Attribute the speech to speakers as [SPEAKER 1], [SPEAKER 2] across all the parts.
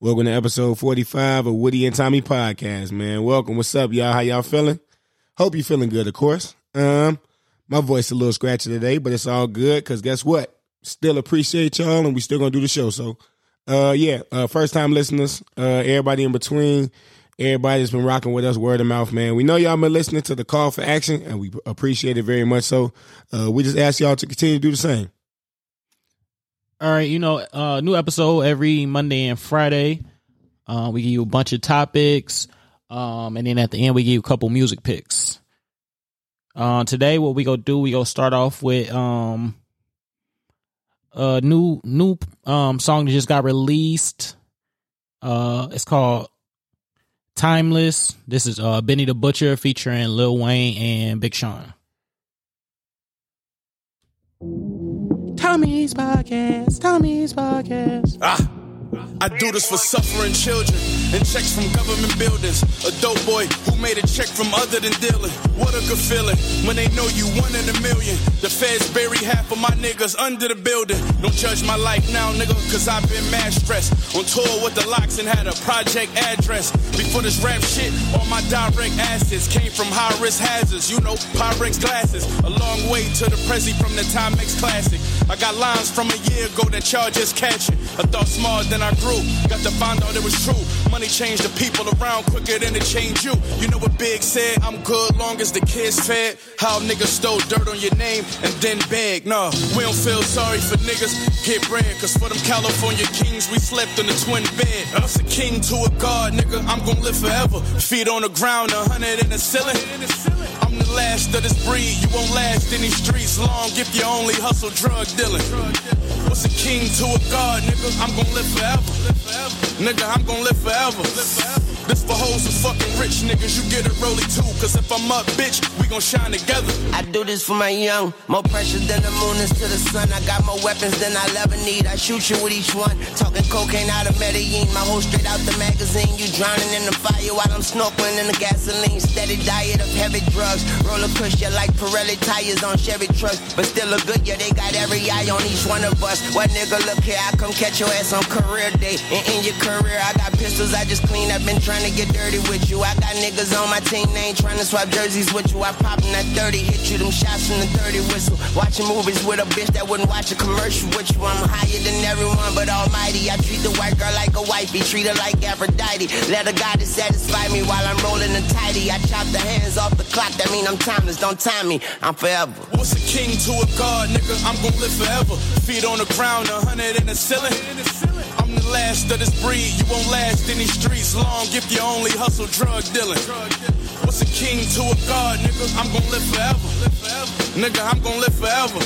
[SPEAKER 1] Welcome to episode 45 of Woody and Tommy podcast, man. Welcome. What's up, y'all? How y'all feeling? Hope you feeling good, of course. Um, my voice a little scratchy today, but it's all good because guess what? Still appreciate y'all and we still gonna do the show. So uh yeah, uh first time listeners, uh everybody in between, everybody that's been rocking with us, word of mouth, man. We know y'all been listening to the call for action and we appreciate it very much. So uh we just ask y'all to continue to do the same.
[SPEAKER 2] All right, you know, uh, new episode every Monday and Friday. Uh, we give you a bunch of topics, um, and then at the end we give you a couple music picks. Uh, today, what we gonna do? We gonna start off with um, a new new um song that just got released. Uh, it's called "Timeless." This is uh Benny the Butcher featuring Lil Wayne and Big Sean. Tommy's podcast. Tommy's podcast.
[SPEAKER 3] Ah, I do this for suffering children and checks from government buildings. A dope boy who made a check from other than dealing. What a good feeling when they know you one in a million. The feds bury half of my niggas under the building. Don't judge my life now, nigga, cause I've been mad stressed. On tour with the locks and had a project address. Before this rap shit, all my direct assets came from high risk hazards. You know, Pyrex glasses. A long way to the Prezi from the Timex Classic. I got lines from a year ago that y'all just catching. I thought small, then I grew. Got to find out it was true. Money changed the people around quicker than it changed you. You know what Big said? I'm good long as the kids fed. How niggas stole dirt on your name and then beg. Nah, we don't feel sorry for niggas. Get bread, cause for them California kings, we slept in the twin bed. Us a king to a god, nigga. I'm gonna live forever. Feet on the ground, a hundred in the ceiling. I'm the last of this breed. You won't last in these streets long if you only hustle drug dealing. What's a king to a god, nigga? I'm gonna live forever. Nigga, I'm gonna live forever. This for hoes and fucking rich niggas. You get it rolly too, cause if I'm up, bitch, we gon' shine together.
[SPEAKER 4] I do this for my young. More precious than the moon is to the sun. I got more weapons than I'll ever need. I shoot you with each one. Talking cocaine out of Medellin. My whole straight out the magazine. You drowning in the fire while I'm snorkeling in the gasoline. Steady diet of heavy drugs. Roller cushion like Pirelli tires on Chevy trucks. But still a good year. They got every eye on each one of us. What nigga, look here. I come catch your ass on career day. And in your career, I got pistols I just clean up. Been trying to get dirty with you. I got niggas on my team. They ain't trying to swap jerseys with you. I poppin' that 30. Hit you them shots from the 30 whistle. Watching movies with a bitch that wouldn't watch a commercial with you. I'm higher than everyone but almighty. I treat the white girl like a wifey. Treat her like Aphrodite. Let her goddess satisfy me while I'm rolling the tidy. I chop the hands off the clock. That mean I'm timeless. Don't time me. I'm forever.
[SPEAKER 3] What's a king to a god, nigga? I'm gonna live forever. Feet on the ground, a hundred in the ceiling. I'm the last of this breed. You won't last in these streets long if you only hustle drug dealing. What's a king to a god, nigga? I'm gonna live forever. Nigga, I'm gonna live forever.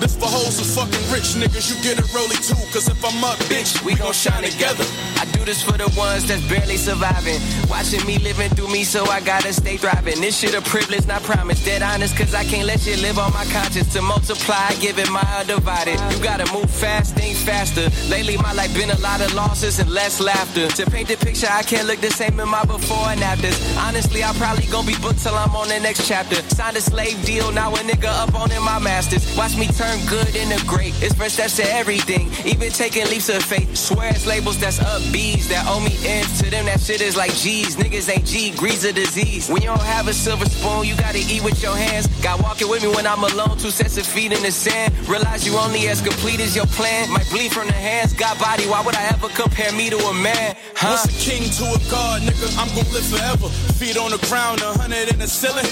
[SPEAKER 3] This for hoes and fucking rich niggas. You get it rolly too, cause if I'm up, bitch, we gon' shine together.
[SPEAKER 4] I do this for the ones that's barely surviving. Watching me living through me, so I gotta stay thriving. This shit a privilege, not promise. Dead honest, cause I can't let shit live on my conscience. To multiply, give it my undivided. You gotta move fast, think faster. Lately, my life been a lot of losses and less laughter. To paint the picture, I can't look the same in my before and afters. Honestly, I probably gonna be booked till I'm on the next chapter. Signed a slave deal, now a nigga up on in my masters. Watch me turn good into great. It's first steps to everything, even taking leaps of faith. Swear it's labels that's up B's that owe me M's. To them, that shit is like G's. Niggas ain't G, grease a disease. When you don't have a silver spoon, you gotta eat with your hands. Got walking with me when I'm alone, two sets of feet in the sand. Realize you only as complete as your plan. Might bleed from the hands, got body. Why would I ever compare me to a man? Huh?
[SPEAKER 3] What's a king to a god, nigga? I'm gonna live forever. Feet on the ground, a hundred in the ceiling.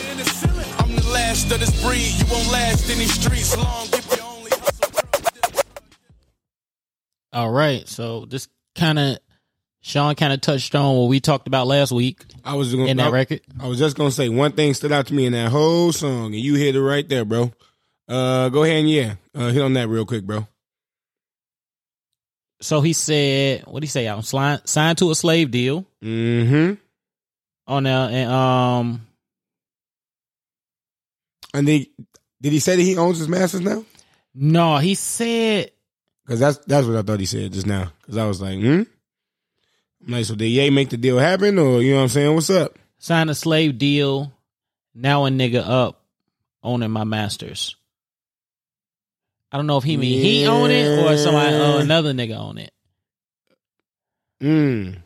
[SPEAKER 3] I'm the last of this breed. You won't last in these streets long if you only hustle drug dealing.
[SPEAKER 2] All right, so this kind of Sean kind of touched on what we talked about last week
[SPEAKER 1] I was gonna
[SPEAKER 2] in that
[SPEAKER 1] I-
[SPEAKER 2] record.
[SPEAKER 1] I was just gonna say one thing stood out to me in that whole song, and you hit it right there, bro. Uh, go ahead and yeah, uh, hit on that real quick, bro.
[SPEAKER 2] So he said, "What did he say? I'm sli- signed to a slave deal
[SPEAKER 1] Mm-hmm.
[SPEAKER 2] on that, and um,
[SPEAKER 1] And then did he say that he owns his masters now?
[SPEAKER 2] no, he said,
[SPEAKER 1] Because that's that's what I thought he said just now. Because I was like, hmm. I'm like, so did Ye make the deal happen, or you know what I'm saying? What's up?
[SPEAKER 2] signed a slave deal, now a nigga up owning my masters." I don't know if he mean he own it or somebody
[SPEAKER 1] Yeah.
[SPEAKER 2] uh, another nigga own it.
[SPEAKER 1] Mm.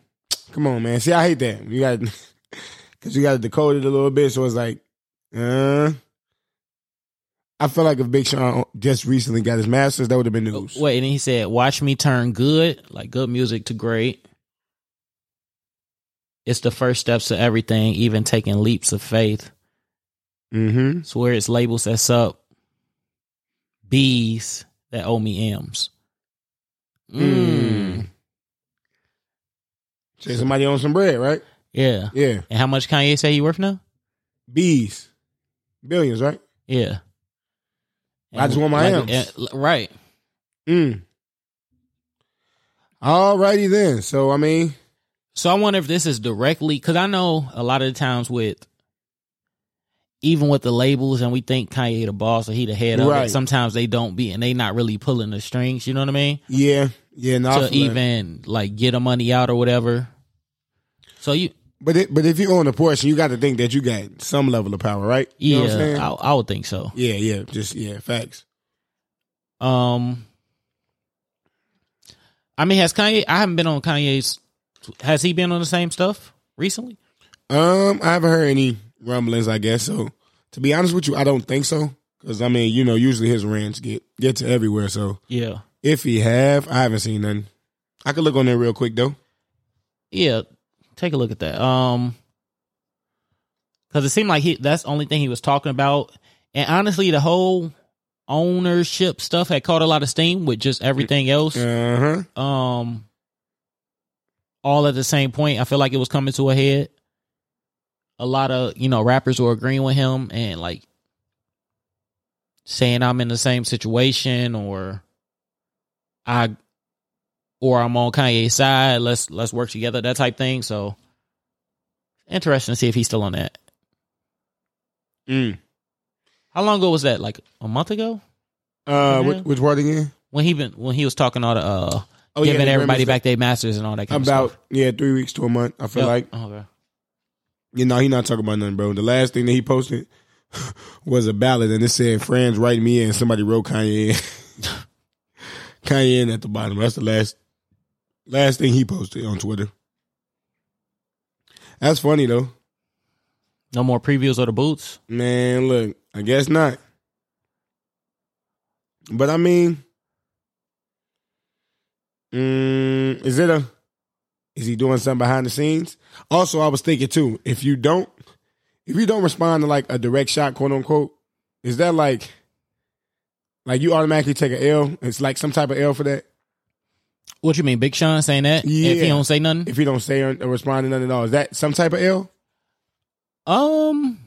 [SPEAKER 1] Come on, man. See, I hate that. You got because you got to decode it a little bit. So it's like, uh, I feel like if Big Sean just recently got his masters, that would have been news.
[SPEAKER 2] Wait, and he said, "Watch me turn good, like good music, to great. It's the first steps to everything, even taking leaps of faith.
[SPEAKER 1] Mm-hmm.
[SPEAKER 2] It's where it's labels that's up. B's that owe me M's.
[SPEAKER 1] Hmm.
[SPEAKER 2] Mm.
[SPEAKER 1] Say somebody on some bread, right?
[SPEAKER 2] Yeah.
[SPEAKER 1] Yeah.
[SPEAKER 2] And how much Kanye say he worth now?
[SPEAKER 1] B's, billions, right?
[SPEAKER 2] Yeah.
[SPEAKER 1] I just want my
[SPEAKER 2] like,
[SPEAKER 1] M's.
[SPEAKER 2] and- right.
[SPEAKER 1] Mm. Alrighty then. So I mean,
[SPEAKER 2] So I wonder if this is directly because I know a lot of the times with even with the labels and we think Kanye the boss or he the head of
[SPEAKER 1] Right.
[SPEAKER 2] it. Sometimes they don't be and they not really pulling the strings. You know what I mean?
[SPEAKER 1] yeah, yeah, no. I feel
[SPEAKER 2] to
[SPEAKER 1] that.
[SPEAKER 2] even like get the money out or whatever. So you,
[SPEAKER 1] But it, but if you own a portion, you got to think that you got some level of power, right? You know what I'm
[SPEAKER 2] yeah,
[SPEAKER 1] saying?
[SPEAKER 2] I, I would think so.
[SPEAKER 1] yeah, yeah, just yeah, facts.
[SPEAKER 2] Um, I mean, has Kanye? I haven't been on Kanye's. Has he been on the same stuff recently?
[SPEAKER 1] Um, I haven't heard any rumblings. I guess so. To be honest with you, I don't think so. Because I mean, you know, usually his rants get get to everywhere. So
[SPEAKER 2] Yeah,
[SPEAKER 1] if he have, I haven't seen nothing. I could look on there real quick though.
[SPEAKER 2] yeah. Take a look at that. Um, because it seemed like he that's the only thing he was talking about, and honestly, the whole ownership stuff had caught a lot of steam with just everything else.
[SPEAKER 1] Uh huh.
[SPEAKER 2] um all at the same point. I feel like it was coming to a head. A lot of, you know, rappers were agreeing with him and like saying I'm in the same situation or I or I'm on Kanye's side, let's let's work together, that type thing. So interesting to see if he's still on that.
[SPEAKER 1] Mm.
[SPEAKER 2] How long ago was that? Like a month ago?
[SPEAKER 1] Uh,
[SPEAKER 2] Mhm.
[SPEAKER 1] which, which part again?
[SPEAKER 2] When he been when he was talking all the uh
[SPEAKER 1] Oh
[SPEAKER 2] giving
[SPEAKER 1] the
[SPEAKER 2] everybody
[SPEAKER 1] Grammys-
[SPEAKER 2] back their masters and all that kind
[SPEAKER 1] About
[SPEAKER 2] of stuff.
[SPEAKER 1] yeah, three weeks to a month. I feel
[SPEAKER 2] Yep. Oh,
[SPEAKER 1] like
[SPEAKER 2] okay.
[SPEAKER 1] you know he not talking about nothing, bro. The last thing that he posted was a ballad, and it said "Friends, write me in." Somebody wrote Kanye, in. Kanye in at the bottom. That's the last last thing he posted on Twitter. That's funny though,
[SPEAKER 2] No more previews of the boots.
[SPEAKER 1] man. Look, I guess not. But I mean, mm, is it a? Is he doing something behind the scenes? Also, I was thinking too. If you don't, if you don't respond to like a direct shot, quote unquote, is that like, like you automatically take an L? It's like some type of L for that.
[SPEAKER 2] What you mean, Big Sean saying that? If
[SPEAKER 1] Yeah.
[SPEAKER 2] he don't say nothing?
[SPEAKER 1] If you don't say or, or respond to nothing at all, is that some type of L?
[SPEAKER 2] Um,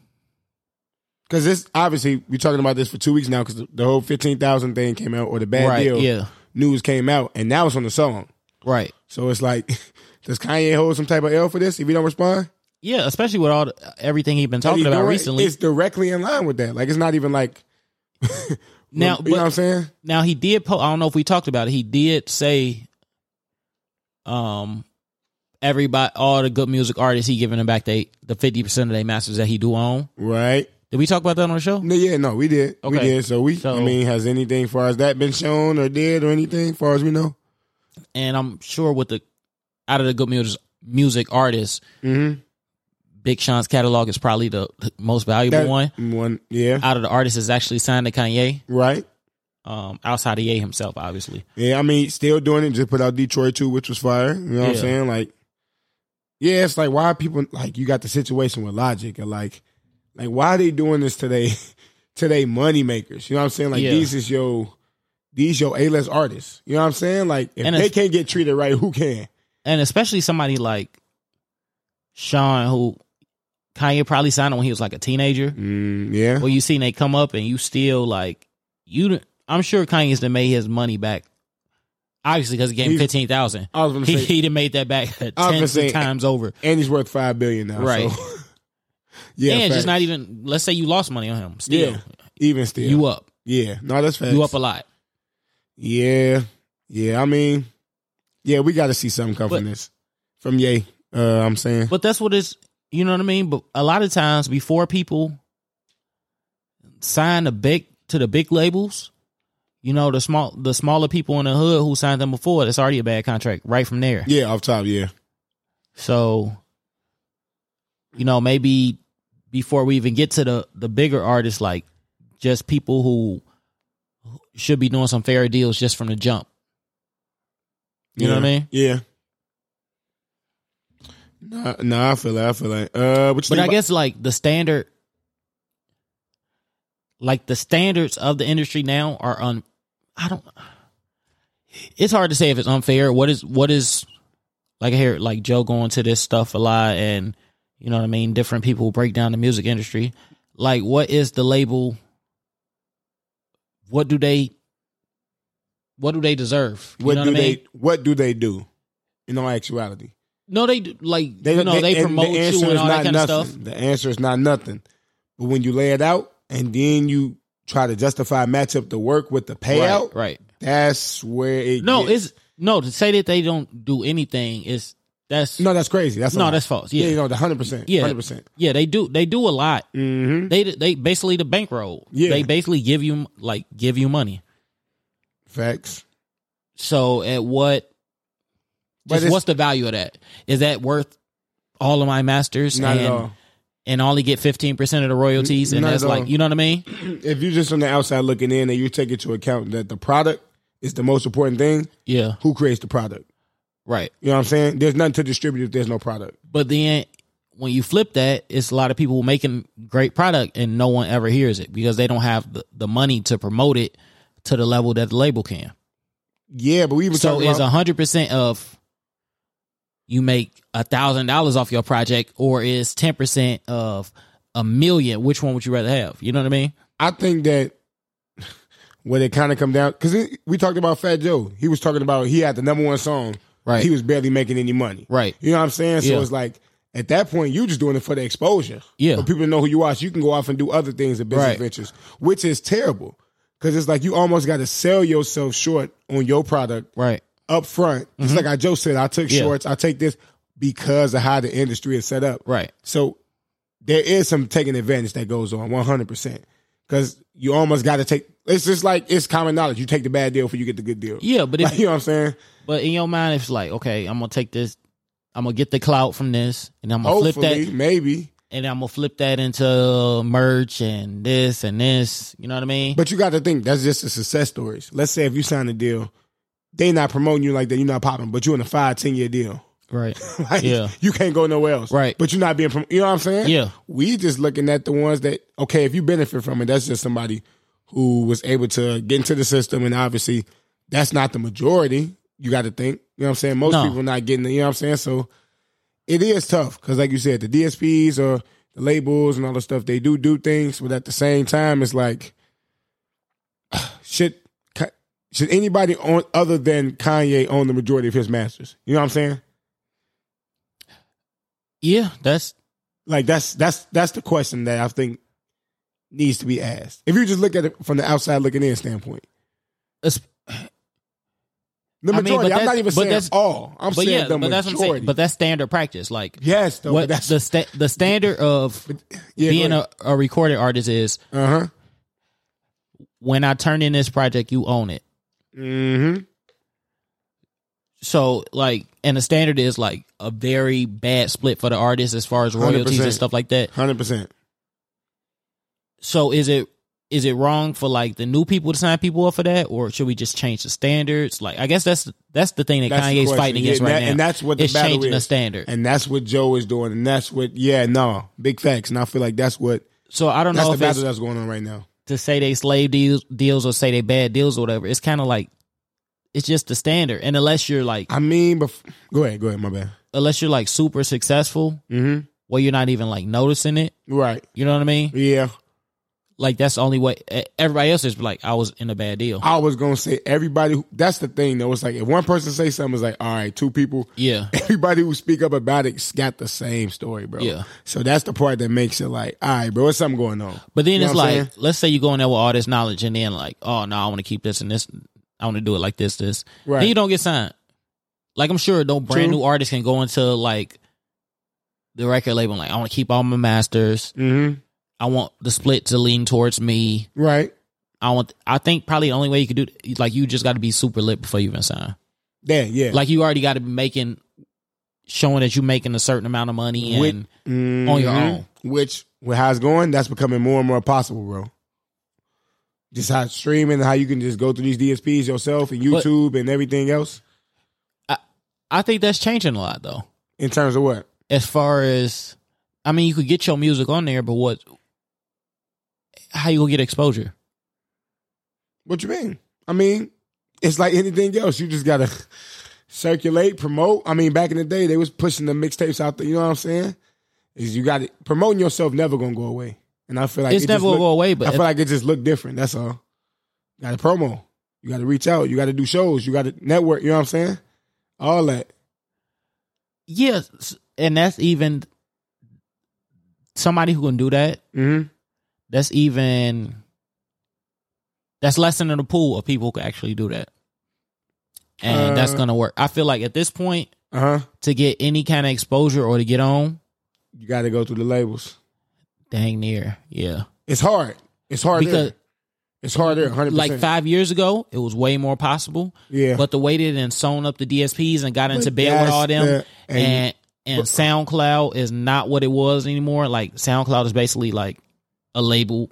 [SPEAKER 1] Because this obviously we're talking about this for two weeks now because the, the whole fifteen thousand thing came out or the bad
[SPEAKER 2] right,
[SPEAKER 1] deal
[SPEAKER 2] yeah,
[SPEAKER 1] news came out, and now it's on the song.
[SPEAKER 2] right,
[SPEAKER 1] So it's like, does Kanye hold some type of L for this if you don't respond?
[SPEAKER 2] yeah. Especially with all the, everything he's been
[SPEAKER 1] That he
[SPEAKER 2] talking about
[SPEAKER 1] doing-
[SPEAKER 2] recently.
[SPEAKER 1] It's directly in line with that. Like it's not even like
[SPEAKER 2] Now,
[SPEAKER 1] you know what I'm
[SPEAKER 2] but,
[SPEAKER 1] saying?
[SPEAKER 2] now he did. Po- I don't know if we talked about it. He did say, um, everybody, all the good music artists, he giving them back they the fifty percent of their masters that he do own.
[SPEAKER 1] Right.
[SPEAKER 2] Did we talk about that on the show?
[SPEAKER 1] No, yeah, no, we did. We
[SPEAKER 2] Okay.
[SPEAKER 1] did. So we
[SPEAKER 2] So-
[SPEAKER 1] I mean, has anything far as that been shown or did or anything far as we know?
[SPEAKER 2] And I'm sure with the out of the good music music artists,
[SPEAKER 1] Mm-hmm.
[SPEAKER 2] Big Sean's catalog is probably the most valuable one.
[SPEAKER 1] One yeah.
[SPEAKER 2] Out of the artists is actually signed to Kanye.
[SPEAKER 1] right.
[SPEAKER 2] um, outside of Ye himself, obviously.
[SPEAKER 1] Yeah, I mean, still doing it. Just put out Detroit too, which was fire. You know what I'm
[SPEAKER 2] Yeah.
[SPEAKER 1] saying? Like, yeah, it's like why people like you got the situation with Logic and like, like why they doing this today? Today, money makers. You know what I'm saying? Like
[SPEAKER 2] Yeah.
[SPEAKER 1] these is your these your A list artists. You know what I'm saying? Like if
[SPEAKER 2] And
[SPEAKER 1] they
[SPEAKER 2] it's-
[SPEAKER 1] can't get treated right, who can?
[SPEAKER 2] And especially somebody like Sean, who Kanye probably signed when he was like a teenager.
[SPEAKER 1] Mm, yeah,
[SPEAKER 2] Well, you seen they come up and you still like you. done- I'm sure Kanye's done made his money back. Obviously, because he gave him
[SPEAKER 1] He's-
[SPEAKER 2] fifteen thousand.
[SPEAKER 1] I was gonna
[SPEAKER 2] He
[SPEAKER 1] say,
[SPEAKER 2] he done made that back
[SPEAKER 1] gonna
[SPEAKER 2] tens
[SPEAKER 1] say-
[SPEAKER 2] of times over.
[SPEAKER 1] and he's worth five billion now.
[SPEAKER 2] Right.
[SPEAKER 1] So. yeah,
[SPEAKER 2] and
[SPEAKER 1] facts.
[SPEAKER 2] just not even. Let's say you lost money on him. Still,
[SPEAKER 1] Yeah, even still.
[SPEAKER 2] you up.
[SPEAKER 1] yeah, no, that's facts.
[SPEAKER 2] You up a lot.
[SPEAKER 1] Yeah, yeah. I mean, yeah, we got to see something come from
[SPEAKER 2] But-
[SPEAKER 1] this, from Ye. Uh, I'm saying,
[SPEAKER 2] But that's what it's you know what I mean? But a lot of times before people sign the big to the big labels, You know, the small the smaller people in the hood who signed them before, that's already a bad contract right from there.
[SPEAKER 1] Yeah, off top, yeah.
[SPEAKER 2] So, you know, maybe before we even get to the the bigger artists, like just people who should be doing some fair deals just from the jump. You know what I mean?
[SPEAKER 1] Yeah. Nah, nah, I feel that. I feel that. Uh, what you
[SPEAKER 2] But
[SPEAKER 1] think
[SPEAKER 2] I
[SPEAKER 1] about-
[SPEAKER 2] guess like the standard, like the standards of the industry now are un. I don't. It's hard to say if it's unfair. What is what is like I hear like Joe going to this stuff a lot, and you know what I mean. Different people break down the music industry. Like, what is the label? What do they? What do they deserve? You
[SPEAKER 1] what
[SPEAKER 2] know
[SPEAKER 1] do
[SPEAKER 2] what I mean?
[SPEAKER 1] they? What do they do? In all actuality,
[SPEAKER 2] no, they do- like
[SPEAKER 1] they
[SPEAKER 2] you know they,
[SPEAKER 1] and the
[SPEAKER 2] promote you
[SPEAKER 1] answer
[SPEAKER 2] and
[SPEAKER 1] is
[SPEAKER 2] all that
[SPEAKER 1] not
[SPEAKER 2] kind
[SPEAKER 1] nothing.
[SPEAKER 2] of stuff.
[SPEAKER 1] The answer is not nothing. But when you lay it out and then you try to justify match up the work with the payout,
[SPEAKER 2] Right, right.
[SPEAKER 1] that's where it.
[SPEAKER 2] No,
[SPEAKER 1] gets-
[SPEAKER 2] it's no to say that they don't do anything is that's
[SPEAKER 1] no, that's crazy. That's a
[SPEAKER 2] No,
[SPEAKER 1] lie.
[SPEAKER 2] that's false.
[SPEAKER 1] Yeah,
[SPEAKER 2] Yeah.
[SPEAKER 1] you know, the hundred percent.
[SPEAKER 2] yeah,
[SPEAKER 1] hundred percent.
[SPEAKER 2] yeah. They do they do a lot.
[SPEAKER 1] Mm-hmm.
[SPEAKER 2] They they basically the bankroll.
[SPEAKER 1] Yeah.
[SPEAKER 2] they basically give you like give you money.
[SPEAKER 1] Facts.
[SPEAKER 2] So at what?
[SPEAKER 1] But
[SPEAKER 2] Just
[SPEAKER 1] it's-
[SPEAKER 2] what's the value of that? Is that worth all of my masters
[SPEAKER 1] Not
[SPEAKER 2] and
[SPEAKER 1] at all.
[SPEAKER 2] and only get fifteen percent of the royalties? And
[SPEAKER 1] Not
[SPEAKER 2] that's
[SPEAKER 1] at
[SPEAKER 2] like
[SPEAKER 1] all.
[SPEAKER 2] you know what I mean?
[SPEAKER 1] If you're just on the outside looking in and you take into account that the product is the most important thing,
[SPEAKER 2] Yeah,
[SPEAKER 1] who creates the product?
[SPEAKER 2] right.
[SPEAKER 1] You know what I'm saying? There's nothing to distribute if there's no product.
[SPEAKER 2] But then when you flip that, it's a lot of people making great product and no one ever hears it because they don't have the, the money to promote it to the level that the label can.
[SPEAKER 1] Yeah, but we even
[SPEAKER 2] So
[SPEAKER 1] talking
[SPEAKER 2] is
[SPEAKER 1] about-
[SPEAKER 2] hundred percent of you make a thousand dollars off your project or is ten percent of a million? Which one would you rather have? You know what I mean?
[SPEAKER 1] I think that when it kind of come down because we talked about Fat Joe. He was talking about he had the number one song.
[SPEAKER 2] Right.
[SPEAKER 1] He was barely making any money.
[SPEAKER 2] Right.
[SPEAKER 1] You know what I'm saying? So
[SPEAKER 2] Yeah.
[SPEAKER 1] it's like at that point you just doing it for the exposure.
[SPEAKER 2] Yeah.
[SPEAKER 1] For people to know who you are, so you can go off and do other things and business
[SPEAKER 2] Right.
[SPEAKER 1] ventures, which is terrible because it's like you almost got to sell yourself short on your product
[SPEAKER 2] Right.
[SPEAKER 1] up front. Just like I Joe said, I took
[SPEAKER 2] Mm-hmm. Yeah.
[SPEAKER 1] shorts. I take this because of how the industry is set up.
[SPEAKER 2] Right.
[SPEAKER 1] So there is some taking advantage that goes on 100% because you almost got to take it's just like it's common knowledge you take the bad deal before you get the good deal
[SPEAKER 2] Yeah, but if
[SPEAKER 1] Like, you know what i'm saying
[SPEAKER 2] but in your mind it's like, okay, I'm gonna take this I'm gonna get the clout from this and I'm gonna flip that
[SPEAKER 1] hopefully maybe
[SPEAKER 2] and I'm gonna flip that into uh, merch and this and this. You know what I mean?
[SPEAKER 1] but you got to think that's just the success stories let's say if you sign a deal they not promoting you like that you're not popping but you're in a five ten year deal
[SPEAKER 2] right.
[SPEAKER 1] Like,
[SPEAKER 2] Yeah.
[SPEAKER 1] you can't go nowhere else
[SPEAKER 2] Right.
[SPEAKER 1] but you're not being prom- you know what i'm saying
[SPEAKER 2] Yeah.
[SPEAKER 1] we just looking at the ones that okay if you benefit from it that's just somebody who was able to get into the system and obviously that's not the majority you got to think you know what i'm saying most
[SPEAKER 2] No.
[SPEAKER 1] people not getting it you know what i'm saying so it is tough because like you said the dsps or the labels and all the stuff they do do things but at the same time it's like should should anybody on other than kanye own the majority of his masters you know what i'm saying
[SPEAKER 2] Yeah, that's
[SPEAKER 1] Like that's that's that's the question that I think needs to be asked. If you just look at it from the outside looking in standpoint,
[SPEAKER 2] it's,
[SPEAKER 1] the
[SPEAKER 2] I mean, but
[SPEAKER 1] majority. I am
[SPEAKER 2] that's-
[SPEAKER 1] not even
[SPEAKER 2] but
[SPEAKER 1] saying
[SPEAKER 2] that's-
[SPEAKER 1] all. I'm
[SPEAKER 2] but
[SPEAKER 1] saying
[SPEAKER 2] yeah,
[SPEAKER 1] the
[SPEAKER 2] but that's what I'm saying.
[SPEAKER 1] majority.
[SPEAKER 2] But that's standard practice. Like
[SPEAKER 1] yes, though.
[SPEAKER 2] what
[SPEAKER 1] but that's
[SPEAKER 2] the sta- the standard of
[SPEAKER 1] yeah,
[SPEAKER 2] being a, a recorded artist is
[SPEAKER 1] uh huh.
[SPEAKER 2] when I turn in this project, you own it.
[SPEAKER 1] Mm-hmm.
[SPEAKER 2] So like, and the standard is like a very bad split for the artist as far as royalties
[SPEAKER 1] 100%.
[SPEAKER 2] and stuff like that.
[SPEAKER 1] Hundred percent.
[SPEAKER 2] So is it is it wrong for like the new people to sign people up for that, or should we just change the standards? Like, I guess that's that's the thing that
[SPEAKER 1] That's the
[SPEAKER 2] Kanye's
[SPEAKER 1] question.
[SPEAKER 2] fighting
[SPEAKER 1] Yeah,
[SPEAKER 2] against
[SPEAKER 1] and
[SPEAKER 2] right
[SPEAKER 1] that-
[SPEAKER 2] now.
[SPEAKER 1] and that's what the
[SPEAKER 2] it's
[SPEAKER 1] battle
[SPEAKER 2] changing the
[SPEAKER 1] is.
[SPEAKER 2] standard.
[SPEAKER 1] And that's what Joe is doing, and that's what yeah, no, big facts. And I feel like that's what
[SPEAKER 2] so I don't
[SPEAKER 1] that's
[SPEAKER 2] know
[SPEAKER 1] the
[SPEAKER 2] if it's
[SPEAKER 1] battle that's going on right now.
[SPEAKER 2] to say they slave deals, deals or say they bad deals or whatever. It's kind of like it's just the standard. And unless you're like
[SPEAKER 1] I mean, but go ahead, go ahead. My bad.
[SPEAKER 2] unless you're like super successful,
[SPEAKER 1] Mm-hmm.
[SPEAKER 2] where you're not even like noticing it.
[SPEAKER 1] Right.
[SPEAKER 2] You know what I mean?
[SPEAKER 1] Yeah.
[SPEAKER 2] Like that's the only way. e- Everybody else is like, I was in a bad deal.
[SPEAKER 1] I was gonna say everybody. Who, that's the thing though. It's like if one person say something, it's like all right, two people.
[SPEAKER 2] Yeah,
[SPEAKER 1] everybody who speak up about it's got the same story, bro.
[SPEAKER 2] Yeah.
[SPEAKER 1] So that's the part that makes it like, all right, bro, what's something going on?
[SPEAKER 2] but then
[SPEAKER 1] You know
[SPEAKER 2] it's
[SPEAKER 1] what I'm
[SPEAKER 2] like,
[SPEAKER 1] saying?
[SPEAKER 2] let's say you go in there with all this knowledge, and then like, oh no, I want to keep this and this. I want to do it like this, this.
[SPEAKER 1] Right.
[SPEAKER 2] Then you don't get signed. Like I'm sure no brand
[SPEAKER 1] True.
[SPEAKER 2] new artist can go into like the record label. and, Like I want to keep all my masters.
[SPEAKER 1] Mm-hmm.
[SPEAKER 2] I want the split to lean towards me.
[SPEAKER 1] Right.
[SPEAKER 2] I want. I think probably the only way you could do like you just got to be super lit before you even sign.
[SPEAKER 1] Yeah, yeah.
[SPEAKER 2] Like you already got to be making, showing that you're making a certain amount of money
[SPEAKER 1] With-
[SPEAKER 2] and on your
[SPEAKER 1] Mhm.
[SPEAKER 2] own.
[SPEAKER 1] Which with how it's going, that's becoming more and more possible, bro. Just how it's streaming, how you can just go through these DSPs yourself and
[SPEAKER 2] But-
[SPEAKER 1] YouTube and everything else.
[SPEAKER 2] I think that's changing a lot though.
[SPEAKER 1] In terms of what?
[SPEAKER 2] As far as, I mean, you could get your music on there, but what? How you gonna get exposure?
[SPEAKER 1] What you mean? I mean, it's like anything else. You just gotta circulate, promote. I mean, back in the day, they was pushing the mixtapes out there. You know what I'm saying? Is you got to promoting yourself never gonna go away. And I feel like
[SPEAKER 2] it's
[SPEAKER 1] it just
[SPEAKER 2] never gonna
[SPEAKER 1] look-
[SPEAKER 2] go away. But
[SPEAKER 1] I feel like it just looked different. That's all. Got a promo. You got to reach out. You got to do shows. You got to network. You know what I'm saying? All that.
[SPEAKER 2] yes, and that's even somebody who can do that.
[SPEAKER 1] Mm-hmm.
[SPEAKER 2] That's even that's less than the pool of people who can actually do that, and that's
[SPEAKER 1] Uh,
[SPEAKER 2] gonna work. I feel like at this point,
[SPEAKER 1] Uh huh.
[SPEAKER 2] to get any kind of exposure or to get on,
[SPEAKER 1] You got to go through the labels.
[SPEAKER 2] dang near, yeah.
[SPEAKER 1] It's hard. It's hard.
[SPEAKER 2] Because-
[SPEAKER 1] there. It's harder. Hundred
[SPEAKER 2] Like
[SPEAKER 1] percent.
[SPEAKER 2] five years ago, it was way more possible.
[SPEAKER 1] Yeah.
[SPEAKER 2] But the way they done sewn up the DSPs and got into
[SPEAKER 1] But
[SPEAKER 2] bed with all
[SPEAKER 1] that's
[SPEAKER 2] them
[SPEAKER 1] the- and-
[SPEAKER 2] and and, SoundCloud is not what it was anymore. Like SoundCloud is basically like a label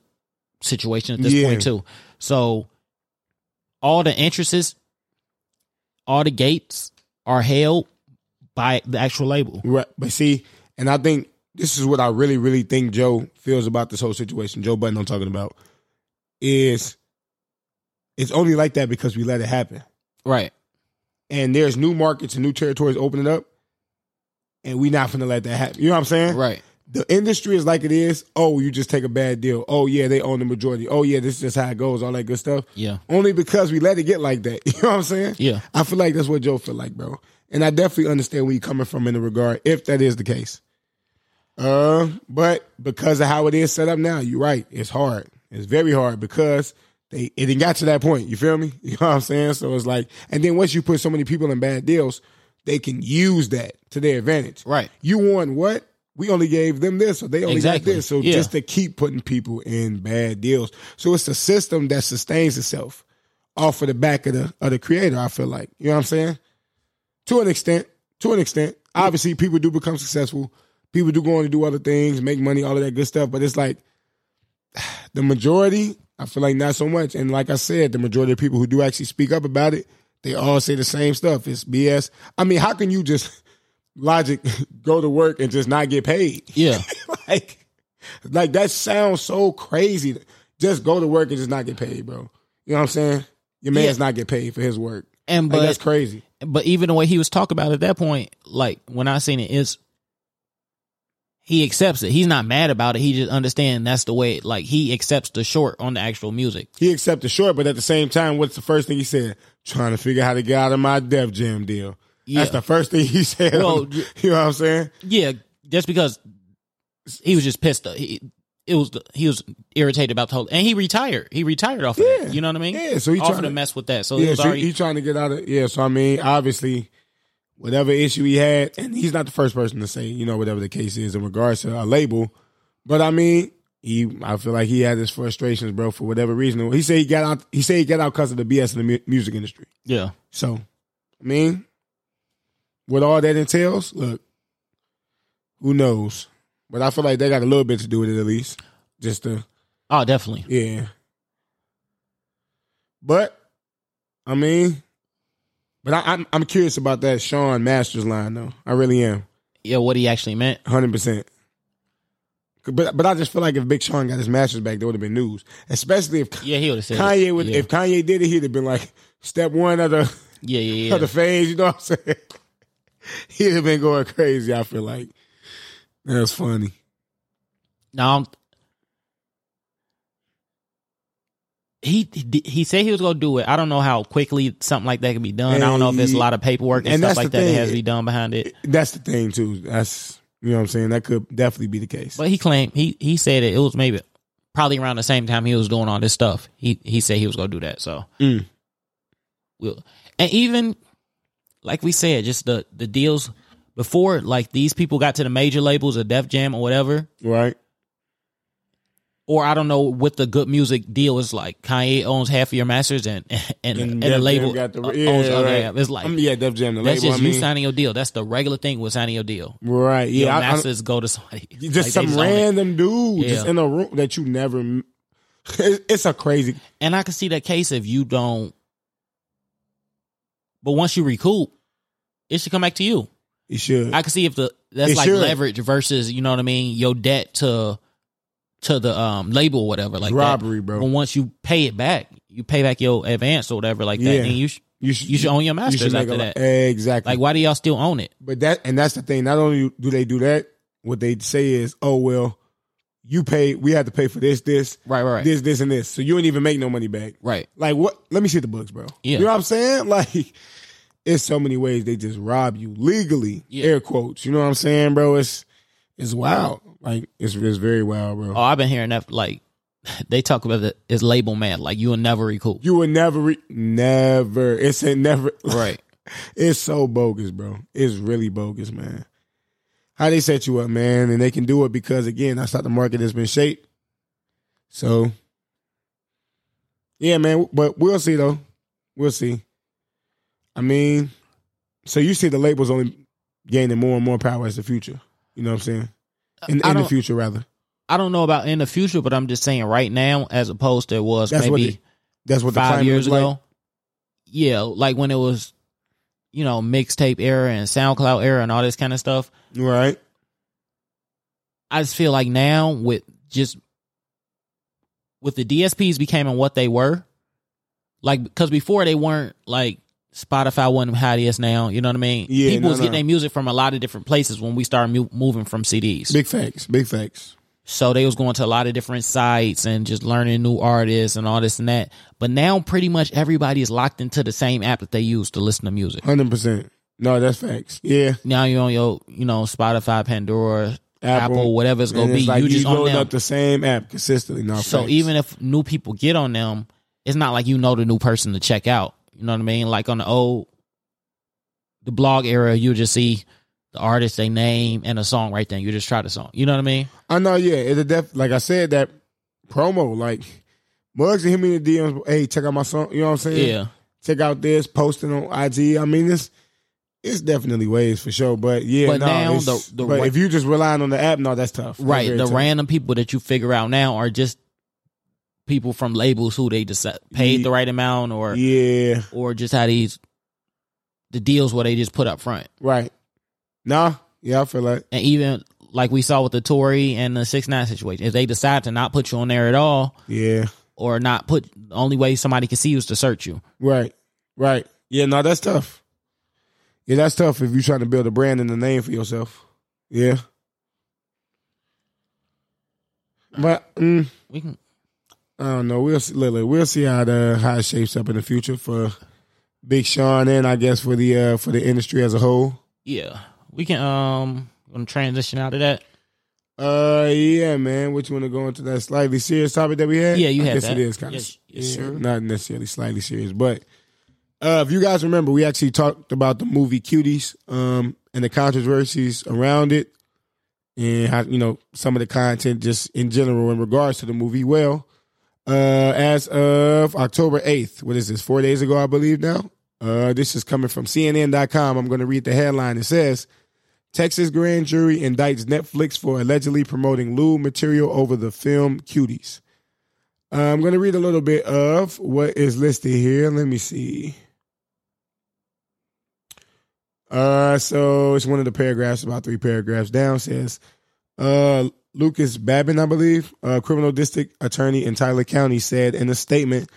[SPEAKER 2] situation at this
[SPEAKER 1] Yeah.
[SPEAKER 2] point too. So all the entrances, all the gates are held by the actual label.
[SPEAKER 1] Right. But see, and I think this is what I really, really think Joe feels about this whole situation. Joe Button, I'm talking about, is it's only like that because we let it happen.
[SPEAKER 2] Right.
[SPEAKER 1] And there's new markets and new territories opening up, and we not finna let that happen. You know what I'm saying?
[SPEAKER 2] Right.
[SPEAKER 1] the industry is like it is. Oh, you just take a bad deal. Oh yeah, they own the majority. Oh yeah, this is just how it goes. All that good stuff.
[SPEAKER 2] Yeah.
[SPEAKER 1] Only because we let it get like that. You know what I'm saying?
[SPEAKER 2] Yeah.
[SPEAKER 1] I feel like that's what Joe feel like, bro. And I definitely understand where you're coming from in the regard, if that is the case. Uh, but because of how it is set up now, you're right. It's hard. It's very hard because they it didn't got to that point. You feel me? You know what I'm saying? So it's like, and then once you put so many people in bad deals, they can use that to their advantage.
[SPEAKER 2] Right.
[SPEAKER 1] You won what? We only gave them this, so they only
[SPEAKER 2] Exactly.
[SPEAKER 1] got this. So
[SPEAKER 2] Yeah.
[SPEAKER 1] just to keep putting people in bad deals. So it's a system that sustains itself off of the back of the of the creator, I feel like. You know what I'm saying? To an extent. To an extent. Obviously people do become successful. People do go on to do other things, make money, all of that good stuff. But it's like the majority, I feel like not so much. And like I said, the majority of people who do actually speak up about it, they all say the same stuff. It's BS. I mean, how can you just logic go to work and just not get paid?
[SPEAKER 2] Yeah.
[SPEAKER 1] like, like that sounds so crazy. Just go to work and just not get paid, bro. You know what I'm saying? Your man's not get paid for his work.
[SPEAKER 2] And
[SPEAKER 1] Like,
[SPEAKER 2] but
[SPEAKER 1] that's crazy.
[SPEAKER 2] but even the way he was talking about it at that point, like when I seen it, is he accepts it. He's not mad about it. He just understands that's the way. Like he accepts the short on the actual music.
[SPEAKER 1] He accepted short, but at the same time, what's the first thing he said? Trying to figure out how to get out of my Def Jam deal. That's
[SPEAKER 2] Yeah.
[SPEAKER 1] the first thing he said.
[SPEAKER 2] Well, j-
[SPEAKER 1] you know what I'm saying?
[SPEAKER 2] Yeah, just because he was just pissed. Off. He it was the, he was irritated about the whole, and he retired. He retired off of
[SPEAKER 1] Yeah.
[SPEAKER 2] that. You know what I mean?
[SPEAKER 1] Yeah, so he
[SPEAKER 2] off
[SPEAKER 1] tried
[SPEAKER 2] of the
[SPEAKER 1] to-
[SPEAKER 2] mess with that. So he
[SPEAKER 1] Yeah,
[SPEAKER 2] was
[SPEAKER 1] so
[SPEAKER 2] already
[SPEAKER 1] he trying to get out of yeah. So I mean, obviously, whatever issue he had, and he's not the first person to say you know whatever the case is in regards to a label, but I mean, he I feel like he had his frustrations, bro, for whatever reason. He said he got out. He said he got out because of the BS in the mu- music industry.
[SPEAKER 2] yeah.
[SPEAKER 1] So, I mean, what all that entails, look, who knows? But I feel like they got a little bit to do with it at least, just to.
[SPEAKER 2] Oh, definitely.
[SPEAKER 1] Yeah. But I mean, but I, I'm I'm curious about that Sean Masters line though. I really am,
[SPEAKER 2] Yeah, what he actually meant.
[SPEAKER 1] hundred percent. But but I just feel like if Big Sean got his Masters back, there would have been news, especially if
[SPEAKER 2] Yeah, he would have said it.
[SPEAKER 1] Kanye would.
[SPEAKER 2] Yeah.
[SPEAKER 1] If Kanye did it, he'd have been like step one of the
[SPEAKER 2] yeah, yeah,
[SPEAKER 1] of
[SPEAKER 2] yeah.
[SPEAKER 1] the phase. You know what I'm saying? he'd have been going crazy. I feel like that's funny.
[SPEAKER 2] Now I'm, he he- he said he was gonna do it. I don't know how quickly something like that can be done. I don't know if it's a lot of paperwork and,
[SPEAKER 1] And
[SPEAKER 2] stuff
[SPEAKER 1] that's
[SPEAKER 2] like
[SPEAKER 1] the
[SPEAKER 2] that that
[SPEAKER 1] thing.
[SPEAKER 2] has to be done behind it.
[SPEAKER 1] That's the thing too. That's you know what I'm saying. That could definitely be the case.
[SPEAKER 2] But he claimed he he said it, it was maybe probably around the same time he was doing all this stuff. He he said he was gonna do that. So
[SPEAKER 1] Mm.
[SPEAKER 2] we'll and even like we said, just the the deals before like these people got to the major labels or Def Jam or whatever,
[SPEAKER 1] right.
[SPEAKER 2] or I don't know what the good music deal is like. Kanye owns half of your masters, and and
[SPEAKER 1] Def
[SPEAKER 2] and, the
[SPEAKER 1] Jam
[SPEAKER 2] label
[SPEAKER 1] got the-
[SPEAKER 2] o-
[SPEAKER 1] yeah,
[SPEAKER 2] owns the other
[SPEAKER 1] right.
[SPEAKER 2] half. It's like
[SPEAKER 1] I mean, yeah, Def Jam. The
[SPEAKER 2] that's
[SPEAKER 1] label,
[SPEAKER 2] just
[SPEAKER 1] I mean,
[SPEAKER 2] you signing your deal. That's the regular thing with signing your deal.
[SPEAKER 1] right? Yeah,
[SPEAKER 2] your
[SPEAKER 1] I- I-
[SPEAKER 2] masters go to somebody.
[SPEAKER 1] just
[SPEAKER 2] Like, they
[SPEAKER 1] some
[SPEAKER 2] own it.
[SPEAKER 1] random dude just
[SPEAKER 2] Yeah.
[SPEAKER 1] in a room that you never. m- It's a crazy.
[SPEAKER 2] And I can see that case if you don't. But once you recoup, it should come back to you.
[SPEAKER 1] You should.
[SPEAKER 2] I can see if the that's
[SPEAKER 1] It
[SPEAKER 2] like
[SPEAKER 1] should.
[SPEAKER 2] leverage versus you know what I mean, your debt to to the um label or whatever like that.
[SPEAKER 1] Robbery, bro.
[SPEAKER 2] But once you pay it back, you pay back your advance or whatever like
[SPEAKER 1] Yeah.
[SPEAKER 2] that, and you sh- you should own your masters
[SPEAKER 1] make
[SPEAKER 2] after
[SPEAKER 1] a
[SPEAKER 2] that.
[SPEAKER 1] lot- Exactly.
[SPEAKER 2] like why do y'all still own it?
[SPEAKER 1] But that and that's the thing. Not only do they do that, what they say is, "Oh well, you pay. We had to pay for this, this,
[SPEAKER 2] Right, right, right.
[SPEAKER 1] this, this, and this. So you ain't even make no money back.
[SPEAKER 2] Right.
[SPEAKER 1] Like what? Let me see the books, bro.
[SPEAKER 2] Yeah.
[SPEAKER 1] You know what I'm saying? Like it's so many ways they just rob you legally.
[SPEAKER 2] Yeah.
[SPEAKER 1] Air quotes. You know what I'm saying, bro? It's it's wild. Like it's it's very wild, bro.
[SPEAKER 2] Oh, I've been hearing that like they talk about it as label mad. Like you will never recoup.
[SPEAKER 1] you would never, re- never. It's a never.
[SPEAKER 2] right.
[SPEAKER 1] It's so bogus, bro. It's really bogus, man. How they set you up, man, and they can do it because again, that's how the market has been shaped. So, yeah, man. But we'll see, though. We'll see. I mean, so you see the labels only gaining more and more power as the future. You know what I'm saying? In,
[SPEAKER 2] Uh, I
[SPEAKER 1] in the
[SPEAKER 2] don't-
[SPEAKER 1] future, rather.
[SPEAKER 2] I don't know about in the future, but I'm just saying right now, as opposed to it was
[SPEAKER 1] That's what
[SPEAKER 2] maybe
[SPEAKER 1] the, that's what the
[SPEAKER 2] five
[SPEAKER 1] climate is
[SPEAKER 2] years
[SPEAKER 1] like.
[SPEAKER 2] ago. Yeah, like when it was, you know, mixtape era and SoundCloud era and all this kind of stuff.
[SPEAKER 1] right?
[SPEAKER 2] I just feel like now with just with the DSPs becoming what they were, like because before they weren't like Spotify wasn't how it is now. You know what I mean?
[SPEAKER 1] Yeah, no,
[SPEAKER 2] people was getting
[SPEAKER 1] no.
[SPEAKER 2] their music from a lot of different places when we started mu- moving from CDs.
[SPEAKER 1] Big facts. Big facts.
[SPEAKER 2] So they was going to a lot of different sites and just learning new artists and all this and that. But now pretty much everybody is locked into the same app that they use to listen to music.
[SPEAKER 1] Hundred percent. No, that's facts. Yeah.
[SPEAKER 2] Now you're on your, you know, Spotify, Pandora, Apple, whatever it's gonna
[SPEAKER 1] And
[SPEAKER 2] be.
[SPEAKER 1] like
[SPEAKER 2] you just on
[SPEAKER 1] loading
[SPEAKER 2] them.
[SPEAKER 1] up the same app consistently. No,
[SPEAKER 2] so
[SPEAKER 1] facts.
[SPEAKER 2] even if new people get on them, it's not like you know the new person to check out. You know what I mean? Like on the old the blog era, you just see the artist, they name, and a song right there. You just try the song. You know what I mean?
[SPEAKER 1] I know, yeah, it's a def. Like I said, that promo, like Mugs hit me in the DMs. Hey, check out my song. You know what I'm saying?
[SPEAKER 2] yeah.
[SPEAKER 1] Check out this posting on IG. I mean, it's it's definitely ways for sure. But yeah,
[SPEAKER 2] But
[SPEAKER 1] no,
[SPEAKER 2] now
[SPEAKER 1] it's-
[SPEAKER 2] the- the
[SPEAKER 1] but
[SPEAKER 2] ra-
[SPEAKER 1] if you just relying on the app, no, that's tough. That's
[SPEAKER 2] right
[SPEAKER 1] very
[SPEAKER 2] the
[SPEAKER 1] tough.
[SPEAKER 2] random people that you figure out now are just people from labels who they decide paid
[SPEAKER 1] Ye-
[SPEAKER 2] the right amount or
[SPEAKER 1] Yeah,
[SPEAKER 2] or just how these the deals where they just put up front
[SPEAKER 1] right. Nah, yeah, I feel like
[SPEAKER 2] and even like we saw with the Tory and the six nine situation if they decide to not put you on there at all
[SPEAKER 1] yeah,
[SPEAKER 2] or not put the only way somebody can see you is to search you
[SPEAKER 1] right, right. Yeah, no, that's tough. Yeah, that's tough if you're trying to build a brand and a name for yourself. Yeah. But mm,
[SPEAKER 2] we can
[SPEAKER 1] I don't know. We'll see. Look, look, we'll see how the how it shapes up in the future for Big Sean and I guess for the uh, for the industry as a whole.
[SPEAKER 2] yeah we can um gonna transition out of that
[SPEAKER 1] Uh, yeah, man. What you want to go into that slightly serious topic that we had?
[SPEAKER 2] Yeah, you
[SPEAKER 1] I
[SPEAKER 2] had
[SPEAKER 1] guess
[SPEAKER 2] that.
[SPEAKER 1] it is kind
[SPEAKER 2] Yes,
[SPEAKER 1] of
[SPEAKER 2] yes, sir.
[SPEAKER 1] not necessarily slightly serious, but uh, if you guys remember, we actually talked about the movie Cuties um, and the controversies around it, and how you know some of the content just in general in regards to the movie. Well, uh, as of October eighth, what is this? Four days ago, I believe now. Uh, this is coming from CNN.com. I'm going to read the headline. It says. Texas grand jury indicts Netflix for allegedly promoting lewd material over the film Cuties. Uh, I'm going to read a little bit of what is listed here. Let me see. Uh, so it's one of the paragraphs, about three paragraphs down, says uh, Lucas Babin, I believe, a criminal district attorney in Tyler County, said in a statement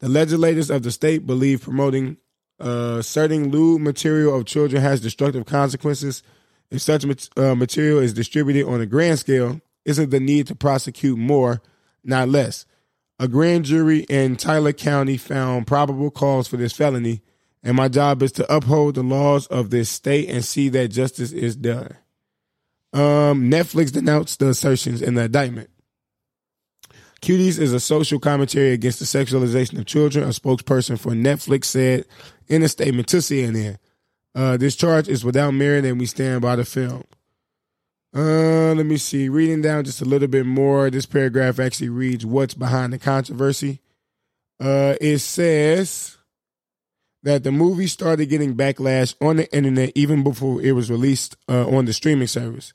[SPEAKER 1] the legislators of the state believe promoting uh, certain lewd material of children has destructive consequences. If such mat- uh, material is distributed on a grand scale, isn't the need to prosecute more, not less? A grand jury in Tyler County found probable cause for this felony, and my job is to uphold the laws of this state and see that justice is done. Um, Netflix denounced the assertions in the indictment. Cuties is a social commentary against the sexualization of children, a spokesperson for Netflix said in a statement to CNN. Uh, this charge is without merit and we stand by the film. Uh, let me see. Reading down just a little bit more, this paragraph actually reads what's behind the controversy. Uh, it says that the movie started getting backlash on the internet even before it was released uh, on the streaming service,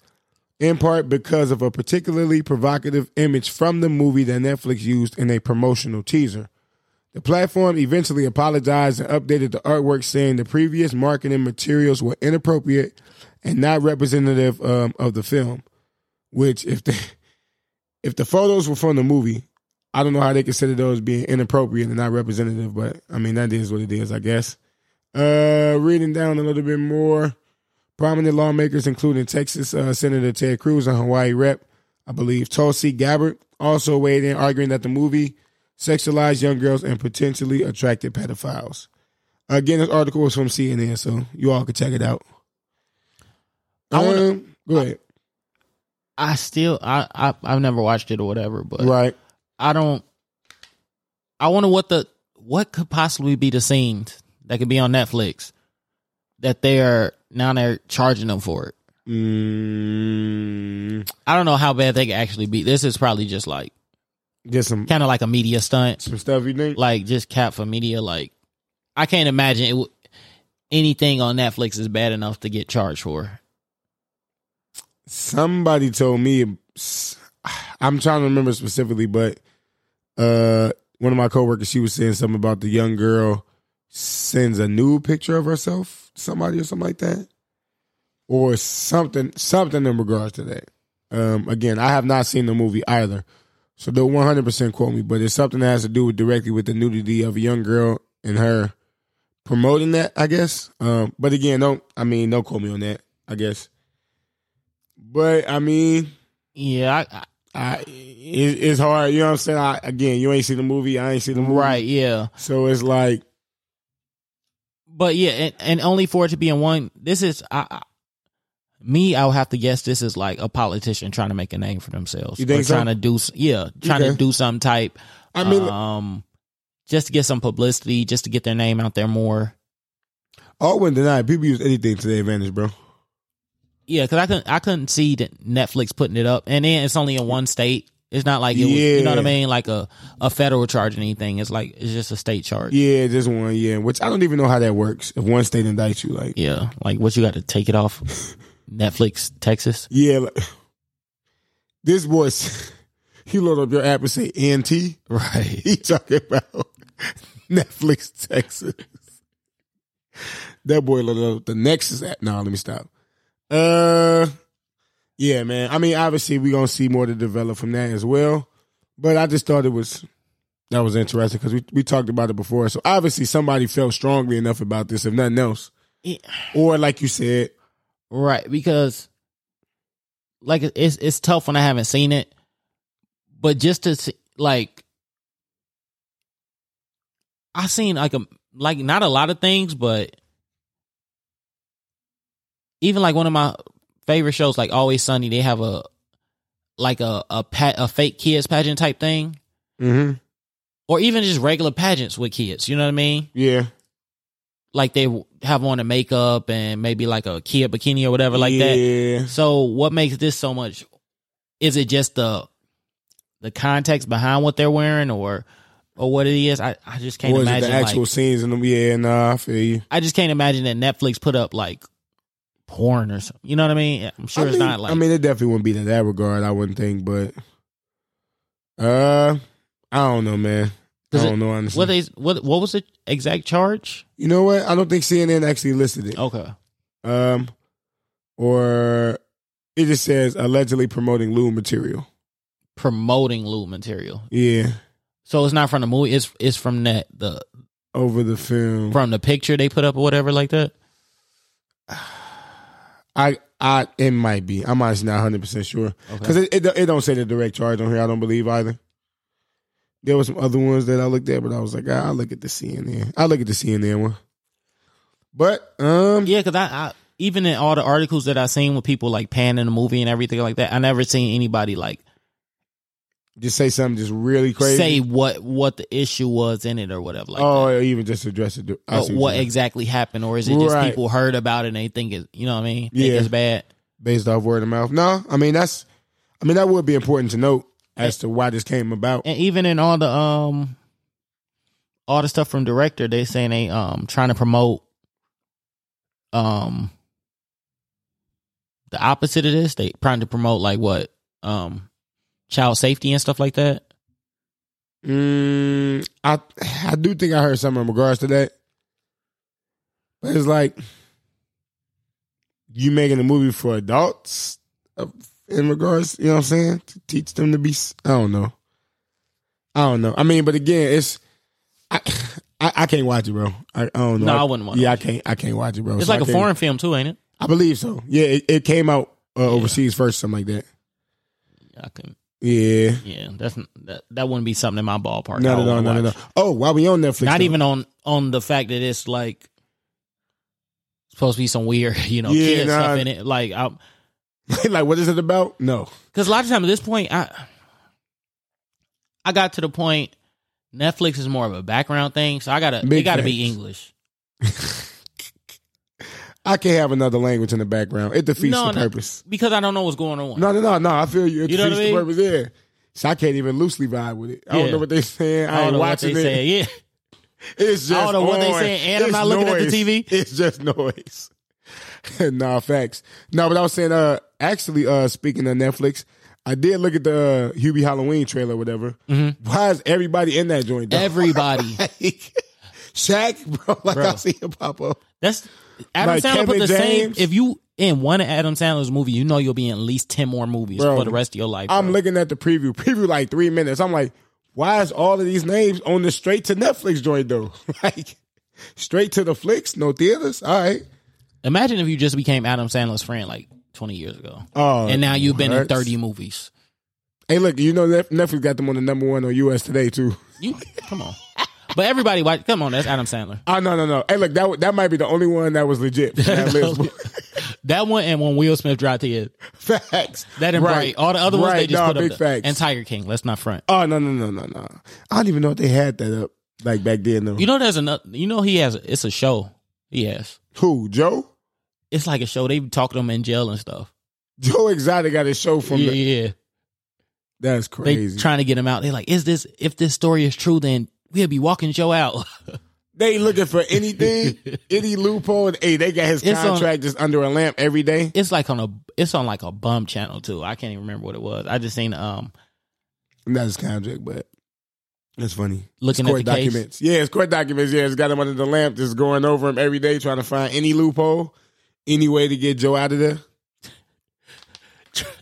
[SPEAKER 1] in part because of a particularly provocative image from the movie that Netflix used in a promotional teaser. The platform eventually apologized and updated the artwork, saying the previous marketing materials were inappropriate and not representative um, of the film. Which, if the if the photos were from the movie, I don't know how they consider those being inappropriate and not representative. But I mean, that is what it is, I guess. Uh, reading down a little bit more, prominent lawmakers, including Texas uh, Senator Ted Cruz and Hawaii Rep, I believe Tulsi Gabbard, also weighed in, arguing that the movie sexualized young girls and potentially attracted pedophiles. Again, this article was from CNN, so you all can check it out.
[SPEAKER 2] I wanna-
[SPEAKER 1] Um, go ahead.
[SPEAKER 2] I still I, I I've never watched it or whatever, but
[SPEAKER 1] right.
[SPEAKER 2] I don't. I wonder what the what could possibly be the scenes that could be on Netflix that they are now they're charging them for it.
[SPEAKER 1] Mm,
[SPEAKER 2] I don't know how bad they could actually be. This is probably just like
[SPEAKER 1] just some
[SPEAKER 2] kind of like a media stunt,
[SPEAKER 1] some stuff you think.
[SPEAKER 2] like just cap for media. Like I can't imagine it w- anything on Netflix is bad enough to get charged for.
[SPEAKER 1] Somebody told me. I'm trying to remember specifically, but uh, one of my coworkers, she was saying something about the young girl sends a nude picture of herself, to somebody or something like that, or something, something in regards to that. Um, again, I have not seen the movie either, so don't 100 percent quote me, but it's something that has to do with directly with the nudity of a young girl and her promoting that, I guess. Um, but again, don't I mean don't quote me on that, I guess. But I mean.
[SPEAKER 2] Yeah, I,
[SPEAKER 1] I, it, it's hard. You know what I'm saying? I, again, you ain't seen the movie. I ain't seen the
[SPEAKER 2] I
[SPEAKER 1] movie.
[SPEAKER 2] right. Yeah,
[SPEAKER 1] So it's like,
[SPEAKER 2] but yeah, and, and only for it to be in one. This is I, I me. I would have to guess this is like a politician trying to make a name for themselves.
[SPEAKER 1] You think
[SPEAKER 2] Or
[SPEAKER 1] so?
[SPEAKER 2] Trying to do s- yeah, trying to
[SPEAKER 1] Okay.
[SPEAKER 2] do some type.
[SPEAKER 1] I mean,
[SPEAKER 2] um, just to get some publicity, just to get their name out there more.
[SPEAKER 1] I wouldn't deny it. People use anything to their advantage, bro.
[SPEAKER 2] Yeah, because I couldn't I couldn't see that Netflix putting it up, and then it's only in one state. It's not like it was, you know what I
[SPEAKER 1] Yeah.
[SPEAKER 2] mean, like a a federal charge or anything. It's like it's just a state charge.
[SPEAKER 1] Yeah, just one. Yeah, which I don't even know how that works. If one state indicts you, like,
[SPEAKER 2] Yeah, like what you got to take it off Netflix Texas.
[SPEAKER 1] yeah, like, this voice, he load up your app and say NT.
[SPEAKER 2] Right.
[SPEAKER 1] He talking about Netflix Texas. That boy loaded up the Nexus app. Nah, let me stop. Uh, yeah, man. I mean, obviously, we're gonna see more to develop from that as well. But I just thought it was that was interesting because we we talked about it before. So obviously, somebody felt strongly enough about this, if nothing else,
[SPEAKER 2] Yeah.
[SPEAKER 1] or like you said,
[SPEAKER 2] Right, because like it- it's it's tough when I haven't seen it, but just to see, like I seen like a like not a lot of things, but even like one of my favorite shows, like Always Sunny, they have a like a a pa- a fake kids pageant type thing,
[SPEAKER 1] mm-hmm.
[SPEAKER 2] or even just regular pageants with kids. You know what I mean?
[SPEAKER 1] yeah,
[SPEAKER 2] Like they have on the makeup and maybe like a kid bikini or whatever like that.
[SPEAKER 1] yeah.
[SPEAKER 2] So what makes this so much? Is it just the the context behind what they're wearing, or or what it is? I, I just can't
[SPEAKER 1] Or is it
[SPEAKER 2] imagine.
[SPEAKER 1] the actual
[SPEAKER 2] like,
[SPEAKER 1] scenes in them? Yeah, nah, I feel you.
[SPEAKER 2] I just can't imagine that Netflix put up like porn or something. You know what I mean? I'm sure
[SPEAKER 1] I
[SPEAKER 2] it's
[SPEAKER 1] mean,
[SPEAKER 2] not like.
[SPEAKER 1] I mean, it definitely wouldn't be in that regard. I wouldn't think, but uh, I don't know, man. I
[SPEAKER 2] 'Cause it-
[SPEAKER 1] don't know. Honestly,
[SPEAKER 2] what is what what was the exact charge?
[SPEAKER 1] you know what? I don't think CNN actually listed it.
[SPEAKER 2] Okay,
[SPEAKER 1] Um, or it just says allegedly promoting lewd material.
[SPEAKER 2] promoting lewd material.
[SPEAKER 1] Yeah,
[SPEAKER 2] So it's not from the movie. It's it's from that the
[SPEAKER 1] over the film.
[SPEAKER 2] from the picture they put up or whatever like that.
[SPEAKER 1] I, I, it might be. I'm honestly not 100 percent sure because it, it it don't say the direct charge on here. I don't believe either. There was some other ones that I looked at, but I was like, I will look at the CNN. I will look at the CNN one. But um,
[SPEAKER 2] Yeah, because I, I even in all the articles that I seen with people like panning the movie and everything like that, I never seen anybody like
[SPEAKER 1] just say something just really crazy.
[SPEAKER 2] say what what the issue was in it or whatever. Like,
[SPEAKER 1] oh, or even just address it. I
[SPEAKER 2] that.
[SPEAKER 1] see
[SPEAKER 2] Or Oh, what
[SPEAKER 1] you mean.
[SPEAKER 2] exactly happened, or is it just
[SPEAKER 1] Right.
[SPEAKER 2] people heard about it and they think it? You know what I mean? Think
[SPEAKER 1] Yeah.
[SPEAKER 2] it's bad.
[SPEAKER 1] based off word of mouth. No, I mean that's, I mean that would be important to note
[SPEAKER 2] Eh.
[SPEAKER 1] as to why this came about.
[SPEAKER 2] and even in all the um all the stuff from director they saying they um trying to promote um the opposite of this they trying to promote like what um child safety and stuff like that
[SPEAKER 1] Mm, I I do think I heard something in regards to that, but it's like you making a movie for adults uh, in regards, you know what I'm saying? To teach them to be, s- I don't know, I don't know. I mean, but again, it's I I, I can't watch it, bro. I, I don't know.
[SPEAKER 2] No, I wouldn't wanna
[SPEAKER 1] Yeah, I can't. I can't watch it, bro.
[SPEAKER 2] it's
[SPEAKER 1] Oh, So I
[SPEAKER 2] like a
[SPEAKER 1] can't-
[SPEAKER 2] foreign film too ain't it
[SPEAKER 1] I believe so. Yeah, it, it came out uh, overseas first, something like that.
[SPEAKER 2] i can
[SPEAKER 1] Yeah,
[SPEAKER 2] yeah that's n- that, that wouldn't be something in my ballpark I
[SPEAKER 1] no, no,
[SPEAKER 2] would
[SPEAKER 1] no, no,
[SPEAKER 2] watch.
[SPEAKER 1] no, no. Oh, why we on Netflix?
[SPEAKER 2] not
[SPEAKER 1] though?
[SPEAKER 2] even on on the fact that it's like supposed to be some weird you know
[SPEAKER 1] Yeah,
[SPEAKER 2] kid stuff
[SPEAKER 1] nah.
[SPEAKER 2] in it like i'm
[SPEAKER 1] like, what is it about? No.
[SPEAKER 2] Because a lot of times at this point, I I got to the point. Netflix is more of a background thing, so I gotta it
[SPEAKER 1] Big
[SPEAKER 2] gotta be
[SPEAKER 1] facts.
[SPEAKER 2] English.
[SPEAKER 1] I can't have another language in the background. It defeats
[SPEAKER 2] No,
[SPEAKER 1] the
[SPEAKER 2] no.
[SPEAKER 1] purpose.
[SPEAKER 2] because I don't know what's going on.
[SPEAKER 1] No, no, no, no. I feel you. It
[SPEAKER 2] You know
[SPEAKER 1] defeats
[SPEAKER 2] what I
[SPEAKER 1] the purpose. Yeah. So I can't even loosely vibe with it. I
[SPEAKER 2] Yeah.
[SPEAKER 1] don't know what they saying. I,
[SPEAKER 2] I don't
[SPEAKER 1] ain't
[SPEAKER 2] know what
[SPEAKER 1] watching
[SPEAKER 2] they
[SPEAKER 1] it.
[SPEAKER 2] say. Yeah,
[SPEAKER 1] It's just
[SPEAKER 2] I don't know what they
[SPEAKER 1] on.
[SPEAKER 2] saying, and I'm
[SPEAKER 1] It's
[SPEAKER 2] not looking at the
[SPEAKER 1] noise.
[SPEAKER 2] TV.
[SPEAKER 1] It's just noise. nah, facts. No, but I was saying, uh, actually, uh, speaking of Netflix, I did look at the uh, Hubie Halloween trailer, or whatever.
[SPEAKER 2] Mm-hmm.
[SPEAKER 1] Why is everybody in that joint? Though?
[SPEAKER 2] everybody.
[SPEAKER 1] like, Shaq, bro. Like
[SPEAKER 2] Bro.
[SPEAKER 1] I see him pop up.
[SPEAKER 2] That's Adam
[SPEAKER 1] Like
[SPEAKER 2] Sandler put
[SPEAKER 1] Kevin
[SPEAKER 2] the
[SPEAKER 1] James.
[SPEAKER 2] same. If you in one Adam Sandler's movie, you know you'll be in at least ten more movies
[SPEAKER 1] Bro,
[SPEAKER 2] for the rest of your life.
[SPEAKER 1] I'm
[SPEAKER 2] bro.
[SPEAKER 1] looking at the preview. Preview like three minutes. I'm like, why is all of these names on the straight to Netflix joint though? like, straight to the flicks, no theaters. All right.
[SPEAKER 2] Imagine if you just became Adam Sandler's friend like 20 years ago,
[SPEAKER 1] Oh,
[SPEAKER 2] and now you've been in
[SPEAKER 1] hurts.
[SPEAKER 2] 30 movies.
[SPEAKER 1] Hey, look, you know Nef- Netflix got them on the number one on US today too.
[SPEAKER 2] You come on, but everybody, watch, come on, that's Adam Sandler.
[SPEAKER 1] Oh no, no, no. Hey, look, that wa- that might be the only one that was legit. from that list.
[SPEAKER 2] That one and when Will Smith dropped his
[SPEAKER 1] facts.
[SPEAKER 2] That and Bright. All the other ones they just
[SPEAKER 1] nah,
[SPEAKER 2] put
[SPEAKER 1] big
[SPEAKER 2] up. there.
[SPEAKER 1] facts.
[SPEAKER 2] And Tiger King. Let's not front.
[SPEAKER 1] oh no, no, no, no, no. I don't even know if they had that up like back then though.
[SPEAKER 2] You know, there's another. You know, he has. A, it's a show. He has.
[SPEAKER 1] Who? Joe?
[SPEAKER 2] It's like a show. They talk to him in jail and stuff.
[SPEAKER 1] Joe Exotic got his show from
[SPEAKER 2] yeah,
[SPEAKER 1] the,
[SPEAKER 2] yeah.
[SPEAKER 1] That's
[SPEAKER 2] They
[SPEAKER 1] crazy.
[SPEAKER 2] trying to get him out. They're like, is this? If this story is true, then we'll be walking Joe out.
[SPEAKER 1] They looking for anything, any loophole. And, hey, they got his
[SPEAKER 2] It's on-
[SPEAKER 1] contract just under a lamp every day.
[SPEAKER 2] it's like on a. It's on like a bum channel too. I can't even remember what it was. I just seen um
[SPEAKER 1] Not his contract, but that's funny.
[SPEAKER 2] looking
[SPEAKER 1] It's court
[SPEAKER 2] at the case.
[SPEAKER 1] documents. Yeah, it's court documents. Yeah, it's got him under the lamp, just going over him every day, trying to find any loophole, any way to get Joe out of there.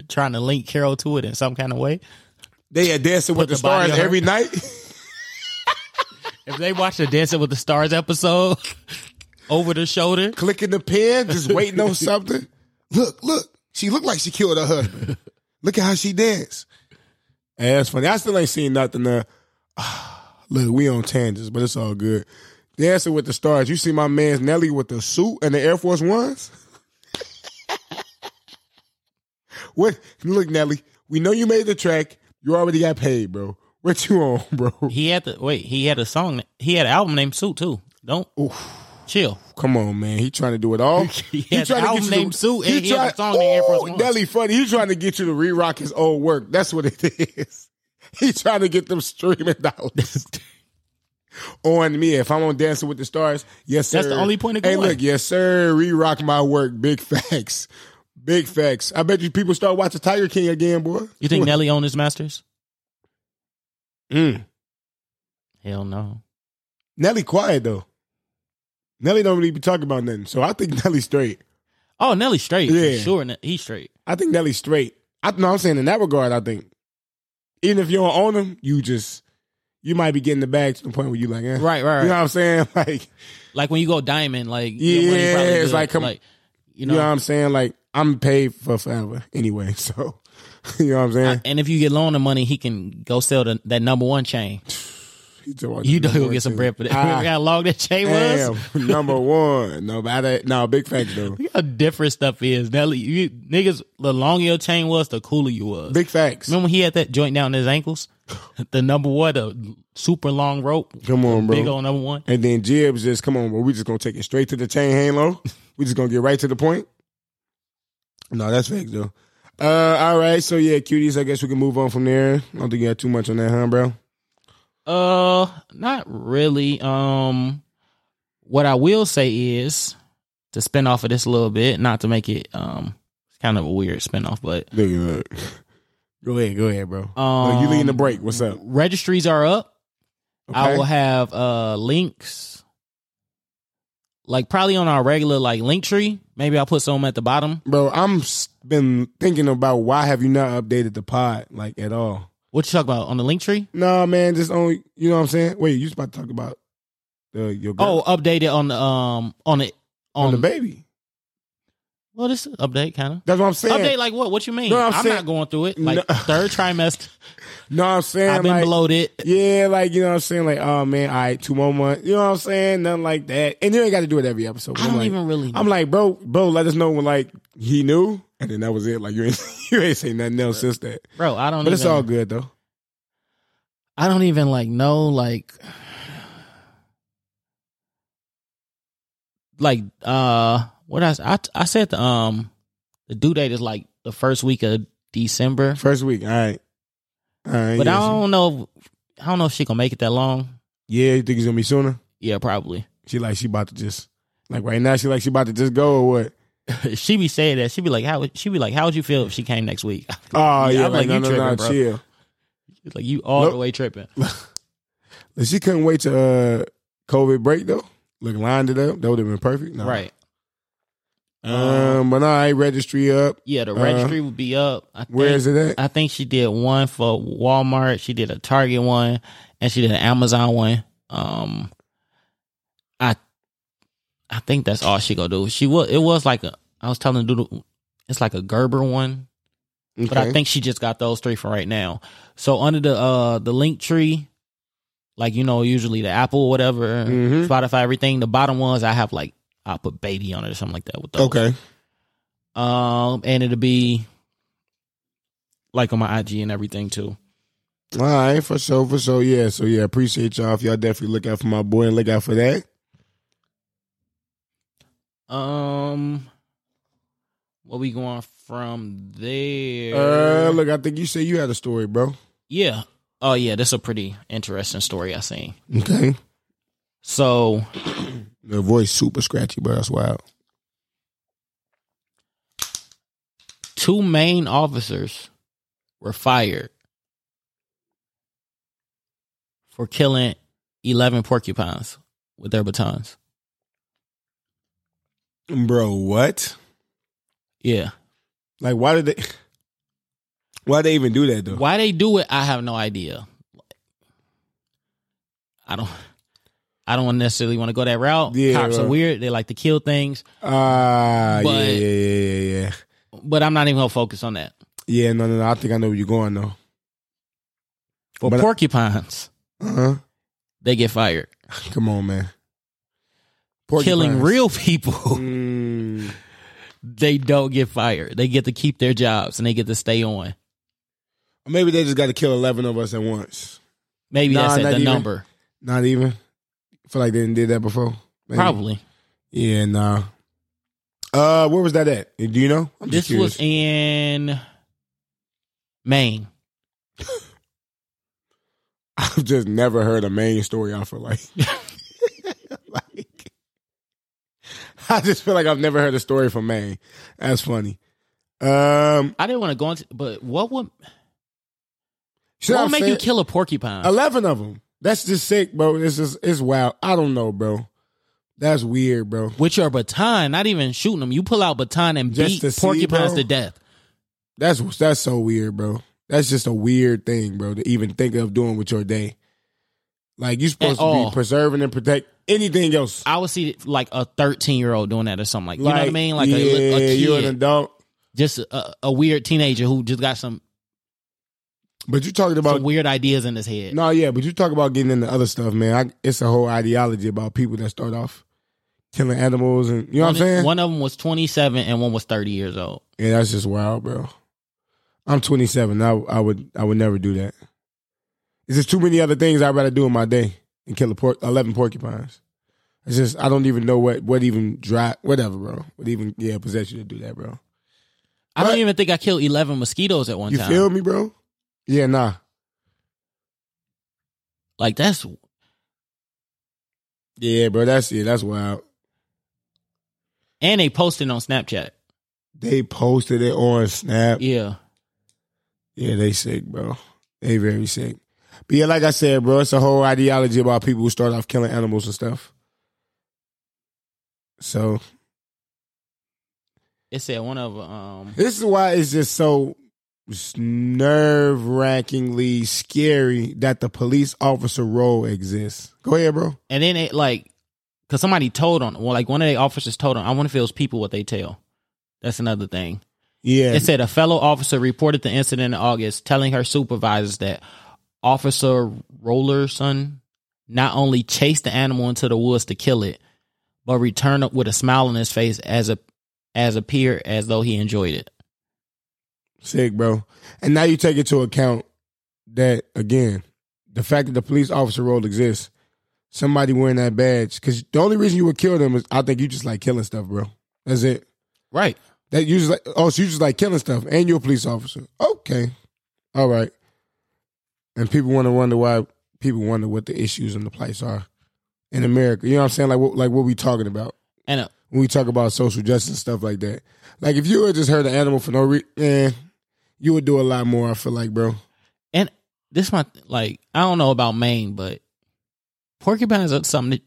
[SPEAKER 2] trying to link Carol to it in some kind of way.
[SPEAKER 1] They are dancing with
[SPEAKER 2] Put
[SPEAKER 1] the,
[SPEAKER 2] the body
[SPEAKER 1] stars
[SPEAKER 2] on her.
[SPEAKER 1] every night.
[SPEAKER 2] If they watch the Dancing with the Stars episode, over the shoulder.
[SPEAKER 1] clicking the pen, just waiting on something. Look, look, she looked like she killed her husband. look at how she danced. And that's funny. I still ain't seen nothing. Uh, look, we on tangents, but it's all good. Dancing with the stars. You see my man's Nelly with the suit and the Air Force Ones. what? Look, Nelly. We know you made the track. You already got paid, bro. What you on, bro?
[SPEAKER 2] He had the wait. He had a song. He had an album named Suit too. Don't chill.
[SPEAKER 1] Come on, man. He trying to do it all.
[SPEAKER 2] He has an album named Sue, and he has a song
[SPEAKER 1] oh,
[SPEAKER 2] named Air Force One.
[SPEAKER 1] Nelly funny. He trying to get you to re-rock his old work. That's what it is. He trying to get them streaming dollars. on me. If I'm on Dancing with the Stars, yes, sir.
[SPEAKER 2] That's the only point of
[SPEAKER 1] Hey,
[SPEAKER 2] going.
[SPEAKER 1] look, yes, sir. Re-rock my work. Big facts. Big facts. I bet you people start watching Tiger King again, boy.
[SPEAKER 2] You think Nelly owned his masters?
[SPEAKER 1] Mm.
[SPEAKER 2] Hell no.
[SPEAKER 1] Nelly quiet though. Nelly don't really be talking about nothing. So I think Nelly straight.
[SPEAKER 2] Oh, Nelly straight.
[SPEAKER 1] Yeah.
[SPEAKER 2] Yeah. Sure, Ne- he's straight.
[SPEAKER 1] I think Nelly's straight. I no, I'm saying in that regard, I think even if you don't own him, you just you might be getting the bag to the point where you like, eh.
[SPEAKER 2] Right, right,
[SPEAKER 1] You know
[SPEAKER 2] right.
[SPEAKER 1] what I'm saying? Like,
[SPEAKER 2] Like when you go diamond, like
[SPEAKER 1] Yeah,
[SPEAKER 2] your money probably
[SPEAKER 1] it's
[SPEAKER 2] good.
[SPEAKER 1] like, come-
[SPEAKER 2] you
[SPEAKER 1] you
[SPEAKER 2] know.
[SPEAKER 1] know, what I'm saying? Like, I'm paid for forever anyway, so you know what I'm saying?
[SPEAKER 2] and if you get loan the money, he can go sell the, that number one chain. You know he'll get some bread for that. Remember
[SPEAKER 1] Ah,
[SPEAKER 2] how long that chain
[SPEAKER 1] damn,
[SPEAKER 2] was?
[SPEAKER 1] number one. Nobody. No, big facts though.
[SPEAKER 2] Look how different stuff is. Nelly, you niggas, the longer your chain was, the cooler you was.
[SPEAKER 1] Big facts.
[SPEAKER 2] Remember when he had that joint down his ankles? The number one, the super long rope.
[SPEAKER 1] Come on, bro.
[SPEAKER 2] Big old number one.
[SPEAKER 1] And then Jibs just come on, bro. We just gonna take it straight to the chain halo. We just gonna get right to the point. No, that's fake though. Uh, all right, so yeah, cuties. I guess we can move on from there. I don't think you had too much on that, huh, bro?
[SPEAKER 2] Uh, not really. Um, what I will say is to spin off of this a little bit, not to make it um kind of a weird spin off, but
[SPEAKER 1] Look at that. Go ahead, go ahead, bro.
[SPEAKER 2] um,
[SPEAKER 1] Look, Oh, you leading the break. What's up?
[SPEAKER 2] Registries are up. I
[SPEAKER 1] Okay.
[SPEAKER 2] will have uh links, like probably on our regular like link tree. Maybe I'll put some at the bottom.
[SPEAKER 1] bro. I'm s- been thinking about why have you not updated the pod like at all?
[SPEAKER 2] What you talk about on the link tree?
[SPEAKER 1] No, man, just only you know what I'm saying. Wait, you was about to talk about uh, your girl,
[SPEAKER 2] Oh, updated on the um on the
[SPEAKER 1] on
[SPEAKER 2] on,
[SPEAKER 1] the baby.
[SPEAKER 2] well this is update kind of.
[SPEAKER 1] That's what I'm saying.
[SPEAKER 2] Update like what? What you mean?
[SPEAKER 1] No, I'm
[SPEAKER 2] I'm,
[SPEAKER 1] saying-
[SPEAKER 2] not going through it. Like
[SPEAKER 1] No.
[SPEAKER 2] third trimester,
[SPEAKER 1] no, I'm saying
[SPEAKER 2] I've been
[SPEAKER 1] like,
[SPEAKER 2] bloated.
[SPEAKER 1] Yeah, like you know what I'm saying. Like, oh man, all right, two more months. You know what I'm saying? Nothing like that. And you ain't got to do it every episode.
[SPEAKER 2] I
[SPEAKER 1] I'm
[SPEAKER 2] don't
[SPEAKER 1] like,
[SPEAKER 2] even really. Know.
[SPEAKER 1] I'm like, bro, bro, let us know when like he knew, and then that was it. Like you ain't you ain't say nothing else since that.
[SPEAKER 2] bro, I don't.
[SPEAKER 1] But
[SPEAKER 2] even,
[SPEAKER 1] it's all good though.
[SPEAKER 2] I don't even like know like like uh what I I, I said the um the due date is like the first week of December,
[SPEAKER 1] First week, all right, all right.
[SPEAKER 2] but
[SPEAKER 1] yeah,
[SPEAKER 2] I
[SPEAKER 1] so-
[SPEAKER 2] don't know. I don't know if she gonna make it that long.
[SPEAKER 1] yeah, you think it's gonna be sooner?
[SPEAKER 2] Yeah, probably.
[SPEAKER 1] She like she about to just like right now. She like she about to just go or what?
[SPEAKER 2] she be saying that. She be like, how? would- She be like, how would you feel if she came next week?
[SPEAKER 1] Oh yeah,
[SPEAKER 2] I'm
[SPEAKER 1] like,
[SPEAKER 2] like,
[SPEAKER 1] no
[SPEAKER 2] you
[SPEAKER 1] no no,
[SPEAKER 2] tripping, bro.
[SPEAKER 1] chill.
[SPEAKER 2] It's like you all
[SPEAKER 1] Nope.
[SPEAKER 2] the way tripping.
[SPEAKER 1] If she couldn't wait to uh, COVID break though, look lined it up. That would have been perfect. No.
[SPEAKER 2] Right.
[SPEAKER 1] Um, but all right, registry up.
[SPEAKER 2] Yeah, the
[SPEAKER 1] Uh,
[SPEAKER 2] registry would be up. I think,
[SPEAKER 1] Where is it at?
[SPEAKER 2] I think she did one for Walmart. She did a Target one, and she did an Amazon one. Um, I, I think that's all she gonna do. She was. It was like a. I was telling the dude, it's like a Gerber one, but I
[SPEAKER 1] Okay.
[SPEAKER 2] think she just got those three for right now. So under the uh the link tree, like you know, usually the Apple, or whatever,
[SPEAKER 1] Mhm.
[SPEAKER 2] Spotify, everything. The bottom ones, I have like I put baby on it or something like that with those.
[SPEAKER 1] okay.
[SPEAKER 2] Um, and it'll be like on my IG and everything too.
[SPEAKER 1] All right, for sure, for sure. Yeah, so yeah, appreciate y'all. If y'all definitely look out for my boy and look out for that.
[SPEAKER 2] Um, what we going from
[SPEAKER 1] Uh,
[SPEAKER 2] there?
[SPEAKER 1] look, I think you said you had a story, bro.
[SPEAKER 2] yeah. Oh yeah, that's a pretty interesting story I seen.
[SPEAKER 1] Okay.
[SPEAKER 2] So
[SPEAKER 1] The voice super scratchy, bro. That's wild.
[SPEAKER 2] two main officers were fired for killing eleven porcupines with their batons.
[SPEAKER 1] Bro, what?
[SPEAKER 2] Yeah.
[SPEAKER 1] Like, why did they? Why they even do that though?
[SPEAKER 2] Why they do it, I have no idea. I don't. I don't necessarily want to go that route.
[SPEAKER 1] Yeah,
[SPEAKER 2] Cops
[SPEAKER 1] right.
[SPEAKER 2] are weird. They like to kill things,
[SPEAKER 1] Ah, yeah,
[SPEAKER 2] But-
[SPEAKER 1] yeah, yeah, yeah, yeah.
[SPEAKER 2] but I'm not even gonna focus on that.
[SPEAKER 1] Yeah, no, no, no. I think I know where you're going though.
[SPEAKER 2] For
[SPEAKER 1] But-
[SPEAKER 2] porcupines,
[SPEAKER 1] Uh
[SPEAKER 2] they get fired.
[SPEAKER 1] huh. Come on, man.
[SPEAKER 2] Killing
[SPEAKER 1] Porcupines.
[SPEAKER 2] real people,
[SPEAKER 1] Mm,
[SPEAKER 2] they don't get fired. They get to keep their jobs and they get to stay on.
[SPEAKER 1] Or maybe they just got to kill eleven of us at once.
[SPEAKER 2] Maybe
[SPEAKER 1] Nah,
[SPEAKER 2] that's at
[SPEAKER 1] not
[SPEAKER 2] the
[SPEAKER 1] even.
[SPEAKER 2] number.
[SPEAKER 1] Not even. Feel like they didn't did that before. Maybe.
[SPEAKER 2] Probably.
[SPEAKER 1] Yeah, nah. Uh, where was that at? Do you know? I'm just
[SPEAKER 2] This
[SPEAKER 1] curious.
[SPEAKER 2] was in Maine.
[SPEAKER 1] I've just never heard a main story off of like. like I just feel like I've never heard a story from Maine. That's funny. Um,
[SPEAKER 2] I didn't want to go into, but what would
[SPEAKER 1] should I
[SPEAKER 2] what make
[SPEAKER 1] say-
[SPEAKER 2] you kill a porcupine?
[SPEAKER 1] Eleven of them. That's just sick, bro. It's just it's wild. I don't know, bro. That's weird, bro.
[SPEAKER 2] with your baton, not even shooting them. You pull out baton and
[SPEAKER 1] Just to
[SPEAKER 2] beat
[SPEAKER 1] see,
[SPEAKER 2] porcupines
[SPEAKER 1] bro.
[SPEAKER 2] to death.
[SPEAKER 1] That's that's so weird, bro. That's just a weird thing, bro, to even think of doing with your day. Like you're supposed to
[SPEAKER 2] all.
[SPEAKER 1] be preserving and protect anything else.
[SPEAKER 2] I would see like a thirteen year old doing that or something like you know what I mean, like
[SPEAKER 1] yeah,
[SPEAKER 2] a, li- a kid,
[SPEAKER 1] you're an adult.
[SPEAKER 2] just a, a weird teenager who just got some,
[SPEAKER 1] But you talking about
[SPEAKER 2] some weird ideas in his head.
[SPEAKER 1] no, yeah. But you talk about getting into other stuff, man. I, it's a whole ideology about people that start off killing animals, and you know
[SPEAKER 2] one,
[SPEAKER 1] what I'm saying.
[SPEAKER 2] One of them was twenty seven and one was thirty years old.
[SPEAKER 1] Yeah, that's just wild, bro. I'm 27. I I would I would never do that. It's just too many other things I'd rather do in my day than kill a por- 11 porcupines. It's just I don't even know what what even dry whatever, bro. What even yeah possess you to do that, bro?
[SPEAKER 2] I don't
[SPEAKER 1] Right.
[SPEAKER 2] even think I killed eleven mosquitoes at one
[SPEAKER 1] You
[SPEAKER 2] time.
[SPEAKER 1] feel me, bro? Yeah, nah.
[SPEAKER 2] Like that's
[SPEAKER 1] Yeah, bro. That's it. That's wild.
[SPEAKER 2] and they posted on Snapchat.
[SPEAKER 1] They posted it on Snap.
[SPEAKER 2] Yeah,
[SPEAKER 1] Yeah, they sick, bro. They very sick. But yeah, like I said, bro, it's a whole ideology about people who start off killing animals and stuff. So
[SPEAKER 2] it said one of um.
[SPEAKER 1] this is why it's just so nerve wrackingly scary that the police officer role exists. Go ahead, bro.
[SPEAKER 2] And then it like, cause somebody told on, well, like one of the officers told on. I want to feel people what they tell. That's another thing.
[SPEAKER 1] Yeah,
[SPEAKER 2] It said a fellow officer reported the incident in August, telling her supervisors that Officer Rollerson not only chased the animal into the woods to kill it, but returned with a smile on his face as a as appeared as though he enjoyed it.
[SPEAKER 1] sick, bro. And now you take into account that again, the fact that the police officer role exists. Somebody wearing that badge, because the only reason you would kill them is I think you just like killing stuff, bro. That's it.
[SPEAKER 2] Right.
[SPEAKER 1] That you just like oh, so you just like killing stuff, and you're a police officer. Okay, all right. And people want to wonder why people wonder what the issues and the plights are in America. You know what I'm saying? Like what like what we talking about
[SPEAKER 2] And uh,
[SPEAKER 1] when we talk about social justice and stuff like that. Like if you would just hurt an animal for no reason, eh, you would do a lot more. I feel like, bro.
[SPEAKER 2] and this my like I don't know about Maine, but porcupines are something. That,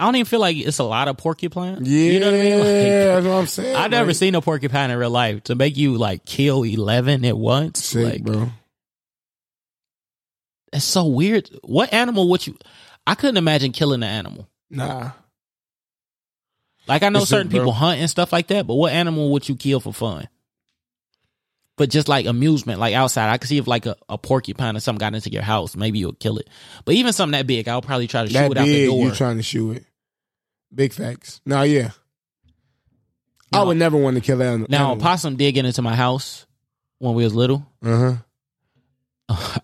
[SPEAKER 2] I don't even feel like it's a lot of porcupines.
[SPEAKER 1] Yeah,
[SPEAKER 2] you know what I mean. Like,
[SPEAKER 1] that's what I'm saying.
[SPEAKER 2] I've never
[SPEAKER 1] like,
[SPEAKER 2] seen a porcupine in real life to make you like kill eleven at once.
[SPEAKER 1] sick,
[SPEAKER 2] like
[SPEAKER 1] bro.
[SPEAKER 2] it's so weird. What animal would you? I couldn't imagine killing an animal.
[SPEAKER 1] Nah,
[SPEAKER 2] Like I know
[SPEAKER 1] Listen,
[SPEAKER 2] certain
[SPEAKER 1] bro.
[SPEAKER 2] people hunt and stuff like that, but what animal would you kill for fun? But just like amusement, like outside, I could see if like a, a porcupine or something got into your house, maybe you'll kill it. But even something that big, I'll probably try to shoot
[SPEAKER 1] that
[SPEAKER 2] it out the
[SPEAKER 1] big,
[SPEAKER 2] door.
[SPEAKER 1] you trying to shoot it? Big facts. Nah, yeah. I
[SPEAKER 2] Now-
[SPEAKER 1] would never want to kill an animal.
[SPEAKER 2] Now, a possum did get into my house when we was little.
[SPEAKER 1] Uh huh.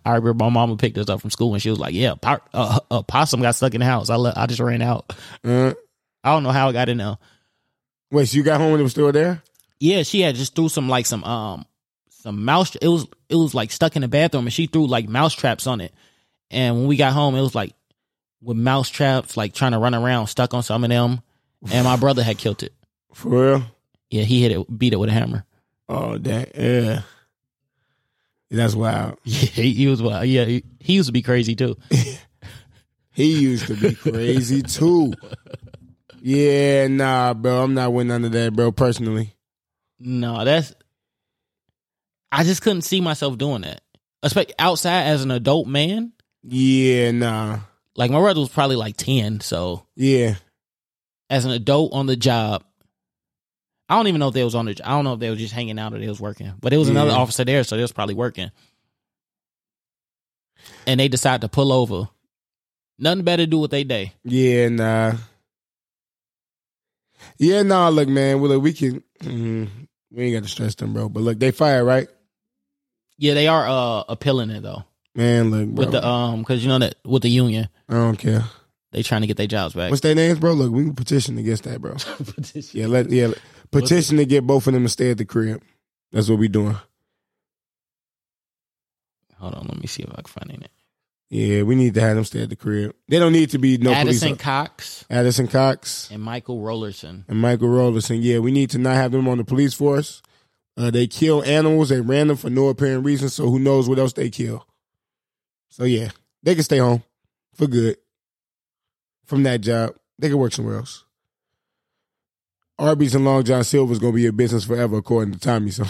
[SPEAKER 2] I remember my mama picked us up from school and she was like, "Yeah, po- uh, a possum got stuck in the house. I le- I just ran out.
[SPEAKER 1] Uh,
[SPEAKER 2] I don't know how it got in there.
[SPEAKER 1] wait, so you got home and it was still there?
[SPEAKER 2] Yeah, she had just threw some like some um some mouse. It was it was like stuck in the bathroom and she threw like mouse traps on it. And when we got home, it was like with mouse traps, like trying to run around, stuck on some of them. And my brother had killed it.
[SPEAKER 1] For real?
[SPEAKER 2] Yeah, he hit it, beat it with a hammer.
[SPEAKER 1] Oh, that yeah. That's wild.
[SPEAKER 2] Yeah, he, he was wild. Yeah, he, he used to be crazy too.
[SPEAKER 1] He used to be crazy too. Yeah, nah, bro. I'm not with none of that, bro. Personally,
[SPEAKER 2] No, that's. I just couldn't see myself doing that. Especially outside as an adult man.
[SPEAKER 1] yeah, nah,
[SPEAKER 2] Like my brother was probably like ten, so
[SPEAKER 1] yeah.
[SPEAKER 2] as an adult on the job. I don't even know if they was on the. I don't know if they was just hanging out or they was working, but it was another
[SPEAKER 1] Yeah.
[SPEAKER 2] officer there, so they was probably working. And they decided to pull over. Nothing better to do with they day.
[SPEAKER 1] Yeah, nah. Yeah, nah. Look, man. Well, look, we can. Mm, we ain't got to stress them, bro. But look, they fired, right?
[SPEAKER 2] Yeah, they are uh appealing it though
[SPEAKER 1] Man, look, bro.
[SPEAKER 2] with the um because you know that with the union
[SPEAKER 1] I don't care.
[SPEAKER 2] they trying to get their jobs back.
[SPEAKER 1] What's their names, bro? Look, we can petition against that, bro.
[SPEAKER 2] Petition.
[SPEAKER 1] Yeah, let yeah. let- Petition to get both of them to stay at the crib. That's what we doing.
[SPEAKER 2] Hold on, let me see if I can find it.
[SPEAKER 1] Yeah, we need to have them stay at the crib. They don't need to be no uh,
[SPEAKER 2] Addison
[SPEAKER 1] police.
[SPEAKER 2] Cox
[SPEAKER 1] Addison Cox
[SPEAKER 2] and Michael Rollerson.
[SPEAKER 1] and Michael Rollerson. Yeah, we need to not have them on the police force. Uh, they kill animals at random for no apparent reason, so who knows what else they kill. So yeah, they can stay home for good from that job. They can work somewhere else. Arby's and Long John Silver's gonna be a business forever, according to Tommy. So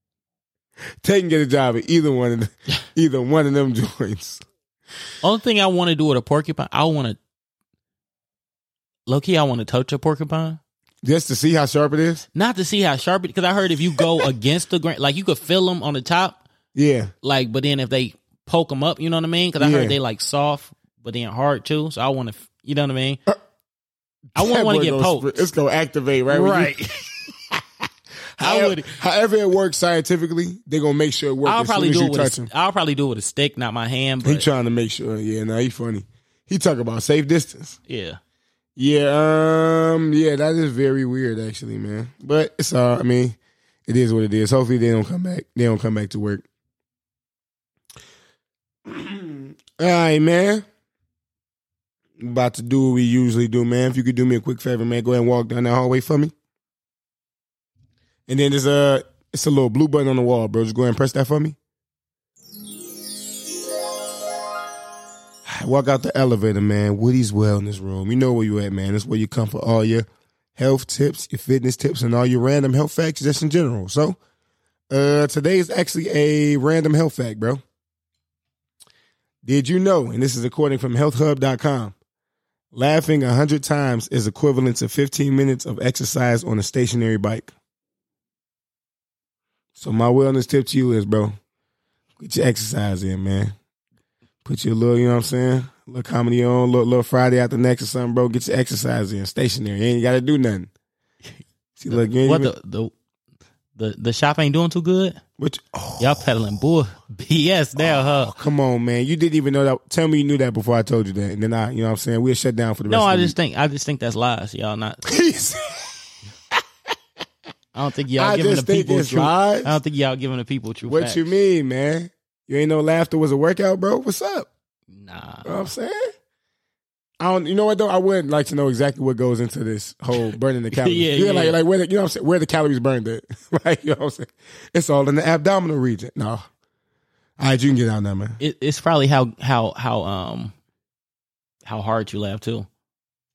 [SPEAKER 1] they can get a job at either one of the, either one of them joints.
[SPEAKER 2] Only thing I want to do with a porcupine, I want to. Low key, I want to touch a porcupine.
[SPEAKER 1] Just to see how sharp it is.
[SPEAKER 2] Not to see how sharp it, because I heard if you go against the grain, like you could feel them on the top,
[SPEAKER 1] Yeah.
[SPEAKER 2] like, but then if they poke them up, you know what I mean? Because I
[SPEAKER 1] Yeah.
[SPEAKER 2] heard they like soft, but then hard too. So I want to, you know what I mean? I
[SPEAKER 1] Uh, That
[SPEAKER 2] wouldn't want
[SPEAKER 1] boy
[SPEAKER 2] to get
[SPEAKER 1] gonna
[SPEAKER 2] poked.
[SPEAKER 1] sp- it's gonna activate, right? When you-
[SPEAKER 2] I
[SPEAKER 1] How-
[SPEAKER 2] would.
[SPEAKER 1] However it works scientifically, they're gonna make sure it works
[SPEAKER 2] I'll
[SPEAKER 1] as soon
[SPEAKER 2] probably
[SPEAKER 1] as
[SPEAKER 2] do
[SPEAKER 1] you
[SPEAKER 2] it with.
[SPEAKER 1] touch
[SPEAKER 2] A,
[SPEAKER 1] him.
[SPEAKER 2] I'll probably do it with a stick, not my hand.
[SPEAKER 1] He
[SPEAKER 2] But
[SPEAKER 1] trying to make sure. Yeah, nah, he funny. He talk about safe distance.
[SPEAKER 2] yeah,
[SPEAKER 1] Yeah, um, yeah, that is very weird, actually, man. But it's all. I mean, It is what it is. Hopefully they don't come back. They don't come back to work. All right, man. About to do what we usually do, man. If you could do me a quick favor, man, go ahead and walk down that hallway for me. And then there's a it's a little blue button on the wall, bro. Just go ahead and press that for me. Walk out the elevator, man. Woody's Wellness Room. You know where you at, man. That's where you come for all your health tips, your fitness tips, and all your random health facts just in general. So uh today is actually a random health fact, bro. Did you know, and this is according from healthhub.com, laughing 100 times is equivalent to 15 minutes of exercise on a stationary bike. So my wellness tip to you is, bro, get your exercise in, man. Put your little, you know what I'm saying, little comedy on, little, little Friday after next or something, bro. Get your exercise in, stationary. You ain't got to do nothing. See, look, you ain't
[SPEAKER 2] What
[SPEAKER 1] even-
[SPEAKER 2] the, the the the shop ain't doing too good.
[SPEAKER 1] what you- oh,
[SPEAKER 2] Y'all peddling bull BS now, huh?
[SPEAKER 1] come on, man. You didn't even know that. Tell me you knew that before I told you that. And then I, you know what I'm saying, we'll shut down for the
[SPEAKER 2] No,
[SPEAKER 1] rest
[SPEAKER 2] I
[SPEAKER 1] of the
[SPEAKER 2] just think I just think that's lies. Y'all not.
[SPEAKER 1] week.
[SPEAKER 2] I don't think y'all
[SPEAKER 1] I
[SPEAKER 2] giving the
[SPEAKER 1] just think
[SPEAKER 2] people
[SPEAKER 1] it's
[SPEAKER 2] true.
[SPEAKER 1] lies.
[SPEAKER 2] I don't think y'all giving the people true.
[SPEAKER 1] What
[SPEAKER 2] facts.
[SPEAKER 1] you mean, man? You ain't know laughter was a workout, bro. What's up?
[SPEAKER 2] Nah.
[SPEAKER 1] You know what I'm saying? I don't. You know what though? I would like to know exactly what goes into this whole burning the calories.
[SPEAKER 2] Yeah, yeah.
[SPEAKER 1] Like, like where the, you know what I'm saying? Where the calories burned at? like you know what I'm saying? It's all in the abdominal region. No. All right, you can get out now, man.
[SPEAKER 2] It, it's probably how how how um how hard you laugh too.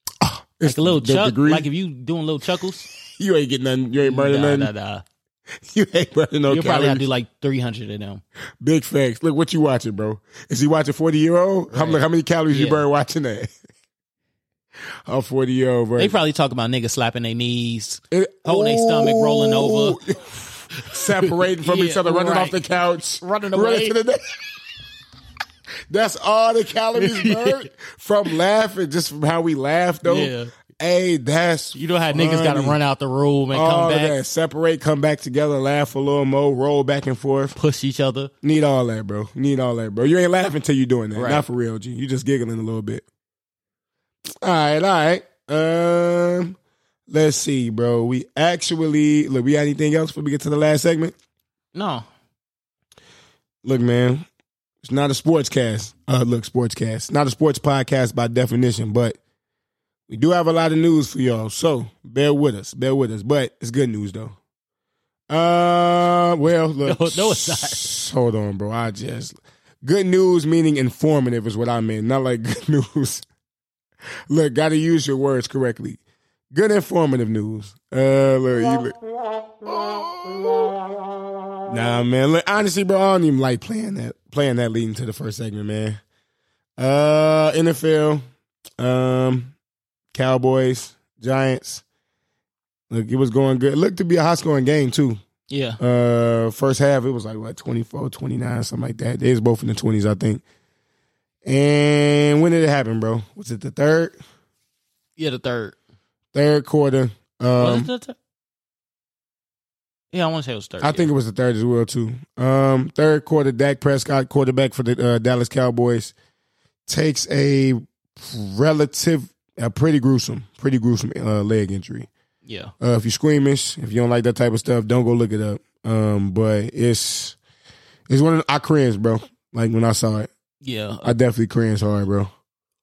[SPEAKER 1] It's
[SPEAKER 2] Like a little
[SPEAKER 1] the
[SPEAKER 2] chuck.
[SPEAKER 1] degree.
[SPEAKER 2] Like if you doing little chuckles,
[SPEAKER 1] you ain't getting nothing. You ain't burning
[SPEAKER 2] nah,
[SPEAKER 1] nothing.
[SPEAKER 2] nah, nah.
[SPEAKER 1] You ain't burning no
[SPEAKER 2] you'll probably
[SPEAKER 1] calories.
[SPEAKER 2] have to do like three hundred of them.
[SPEAKER 1] Big facts. Look what you watching, bro. Is he watching forty year old? How, look, how many calories you
[SPEAKER 2] Yeah.
[SPEAKER 1] burn watching that? A forty year old, bro.
[SPEAKER 2] They probably talk about niggas slapping their knees,
[SPEAKER 1] It-
[SPEAKER 2] holding their stomach, rolling over.
[SPEAKER 1] Ooh. separating from
[SPEAKER 2] Yeah,
[SPEAKER 1] each other, running
[SPEAKER 2] right.
[SPEAKER 1] off the couch,
[SPEAKER 2] Running away.
[SPEAKER 1] to the next- That's all the calories burned from laughing, just from how we laugh, though.
[SPEAKER 2] Yeah.
[SPEAKER 1] Hey, that's
[SPEAKER 2] You know how niggas got to
[SPEAKER 1] funny.
[SPEAKER 2] run out the room and
[SPEAKER 1] all
[SPEAKER 2] come
[SPEAKER 1] of
[SPEAKER 2] back,
[SPEAKER 1] that. Separate, come back together, laugh a little more, roll back and forth.
[SPEAKER 2] push each other.
[SPEAKER 1] Need all that, bro. Need all that, bro. You ain't laughing till you doing that.
[SPEAKER 2] Right.
[SPEAKER 1] Not for real, G. You just giggling a little bit. All right, all right. Um, let's see, bro. We actually look. We got anything else before we get to the last segment?
[SPEAKER 2] No,
[SPEAKER 1] Look, man. It's not a sports cast. Uh, look, sports cast. Not a sports podcast by definition, but we do have a lot of news for y'all. So bear with us. Bear with us. But it's good news though. Uh, well, look.
[SPEAKER 2] No, no, it's
[SPEAKER 1] not. Hold on, bro. I just good news meaning informative is what I meant. Not like good news. look, gotta use your words correctly. Good informative news. Uh, look, you look. Nah, man. Look, honestly, bro, I don't even like playing that. Playing that leading to the first segment, man. Uh, NFL, um, Cowboys, Giants. Look, it was going good. It looked to be a high scoring game too.
[SPEAKER 2] yeah,
[SPEAKER 1] Uh, first half it was like what 24, 29, something like that. They was both in the twenties, I think. And when did it happen, bro? Was it the third,
[SPEAKER 2] yeah. The third.
[SPEAKER 1] third quarter?
[SPEAKER 2] Was
[SPEAKER 1] Um,
[SPEAKER 2] it the third? Yeah, I want to say it was third.
[SPEAKER 1] I think it was the third as well too. Um, third quarter, Dak Prescott, quarterback for the uh, Dallas Cowboys, takes a relative, a pretty gruesome, pretty gruesome uh, leg injury.
[SPEAKER 2] Yeah.
[SPEAKER 1] Uh, if you're squeamish, if you don't like that type of stuff, don't go look it up. Um, but it's it's one of the, I cringed, bro. Like when I saw it,
[SPEAKER 2] yeah, yeah.
[SPEAKER 1] I definitely cringed hard, bro.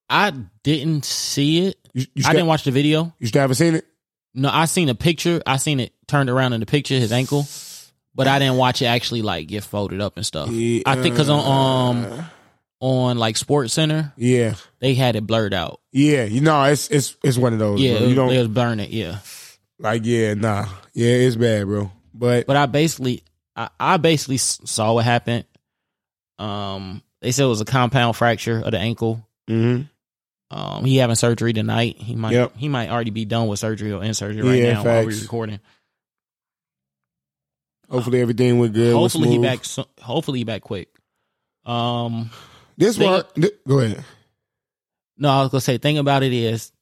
[SPEAKER 2] I didn't see it.
[SPEAKER 1] You, you,
[SPEAKER 2] I
[SPEAKER 1] still,
[SPEAKER 2] didn't watch the video.
[SPEAKER 1] you still haven't seen it?
[SPEAKER 2] No, I seen a picture. I seen it turned around in the picture, his ankle, but I didn't watch it actually like get folded up and stuff.
[SPEAKER 1] Yeah,
[SPEAKER 2] I think because on um
[SPEAKER 1] uh,
[SPEAKER 2] on like Sports Center
[SPEAKER 1] yeah,
[SPEAKER 2] they had it blurred out.
[SPEAKER 1] yeah. You know, it's it's it's one of those.
[SPEAKER 2] Yeah,
[SPEAKER 1] bro. Oh, you
[SPEAKER 2] it,
[SPEAKER 1] don't
[SPEAKER 2] was burn it. Yeah,
[SPEAKER 1] like. Yeah, nah. Yeah, it's bad, bro. But
[SPEAKER 2] but I basically I, I basically s- saw what happened. Um, they said it was a compound fracture of the ankle.
[SPEAKER 1] hmm
[SPEAKER 2] Um, he having surgery tonight. He might
[SPEAKER 1] Yep.
[SPEAKER 2] he might already be done with surgery or in surgery right
[SPEAKER 1] Yeah,
[SPEAKER 2] now while
[SPEAKER 1] facts.
[SPEAKER 2] we're recording.
[SPEAKER 1] Hopefully everything went good. was
[SPEAKER 2] hopefully he
[SPEAKER 1] smooth.
[SPEAKER 2] back. So, hopefully he back quick. Um,
[SPEAKER 1] This
[SPEAKER 2] They-
[SPEAKER 1] one, th- go ahead.
[SPEAKER 2] No, I was gonna say. Thing about it is,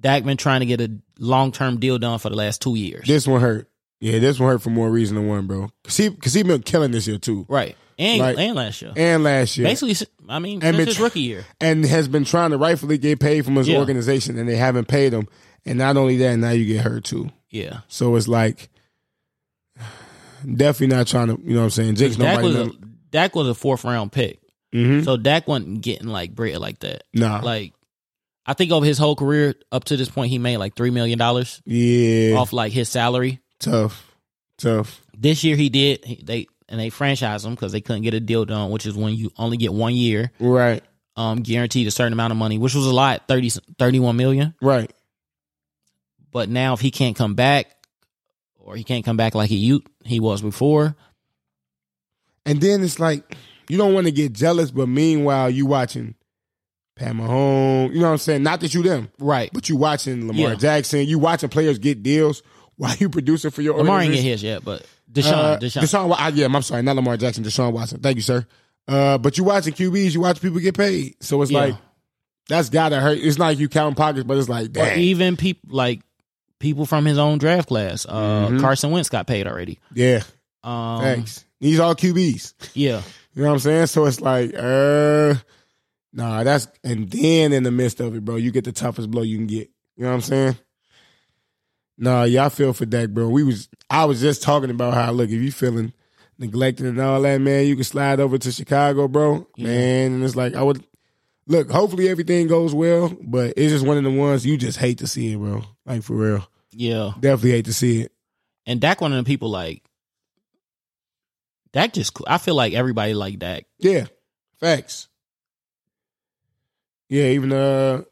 [SPEAKER 2] Dak been trying to get a long term deal done for the last two years,
[SPEAKER 1] This one hurt. Yeah, this one hurt for more reason than one, bro. Cause he, cause he been killing this year too,
[SPEAKER 2] right? And
[SPEAKER 1] Like-
[SPEAKER 2] and last year,
[SPEAKER 1] and last year,
[SPEAKER 2] basically, si- I mean,
[SPEAKER 1] And
[SPEAKER 2] since
[SPEAKER 1] been
[SPEAKER 2] his
[SPEAKER 1] tr-
[SPEAKER 2] rookie year,
[SPEAKER 1] and has been trying to rightfully get paid from his
[SPEAKER 2] Yeah.
[SPEAKER 1] organization, and they haven't paid him. And not only that, now you get hurt too.
[SPEAKER 2] yeah,
[SPEAKER 1] So it's like, Definitely not trying to, you know what I'm saying? Jinx
[SPEAKER 2] Dak
[SPEAKER 1] nobody. Mm-hmm.
[SPEAKER 2] was,
[SPEAKER 1] Know.
[SPEAKER 2] a, Dak was a fourth round pick. So Dak wasn't getting like bread like that.
[SPEAKER 1] Nah.
[SPEAKER 2] Like I think over his whole career up to this point he made like three million dollars
[SPEAKER 1] yeah.
[SPEAKER 2] off like his salary.
[SPEAKER 1] Tough. Tough.
[SPEAKER 2] This year he did he- they and they franchised him because they couldn't get a deal done, which is when you only get one year
[SPEAKER 1] Right.
[SPEAKER 2] um guaranteed a certain amount of money, which was a lot 30, 31 million.
[SPEAKER 1] Right.
[SPEAKER 2] But now if he can't come back or he can't come back like he u- he was before,
[SPEAKER 1] And then it's like you don't want to get jealous, but meanwhile you watching Pat Mahomes. You know what I'm saying? Not that you them,
[SPEAKER 2] right?
[SPEAKER 1] but you watching Lamar
[SPEAKER 2] Yeah.
[SPEAKER 1] Jackson. You watching players get deals while you producing for your
[SPEAKER 2] Lamar ain't get
[SPEAKER 1] organization.
[SPEAKER 2] his yet, but Deshaun,
[SPEAKER 1] Uh,
[SPEAKER 2] Deshaun,
[SPEAKER 1] Deshaun. Wa- I, yeah, I'm sorry, not Lamar Jackson. Deshaun Watson. Thank you, sir. Uh, but you watching QBs, you watch people get paid. So it's
[SPEAKER 2] Yeah.
[SPEAKER 1] like that's gotta hurt. It's not like you counting pockets, but it's like
[SPEAKER 2] or e-
[SPEAKER 1] damn.
[SPEAKER 2] even people like people from his own draft class. Uh,
[SPEAKER 1] Mhm.
[SPEAKER 2] Carson Wentz got paid already.
[SPEAKER 1] yeah,
[SPEAKER 2] Um,
[SPEAKER 1] thanks. These all QBs.
[SPEAKER 2] Yeah,
[SPEAKER 1] You know what I'm saying? So it's like, uh, nah, that's and then in the midst of it, bro, you get the toughest blow you can get. You know what I'm saying? Nah, yeah, I feel for Dak, bro. We was I was just talking about how look, if you feeling neglected and all that, man, you can slide over to Chicago, bro. Man, and it's like I would look, hopefully everything goes well, but it's just one of the ones you just hate to see it, bro. Like for real.
[SPEAKER 2] yeah.
[SPEAKER 1] Definitely hate to see it.
[SPEAKER 2] And Dak, one of the people like Dak. Just I feel like everybody like Dak.
[SPEAKER 1] Yeah. Facts. Yeah, even uh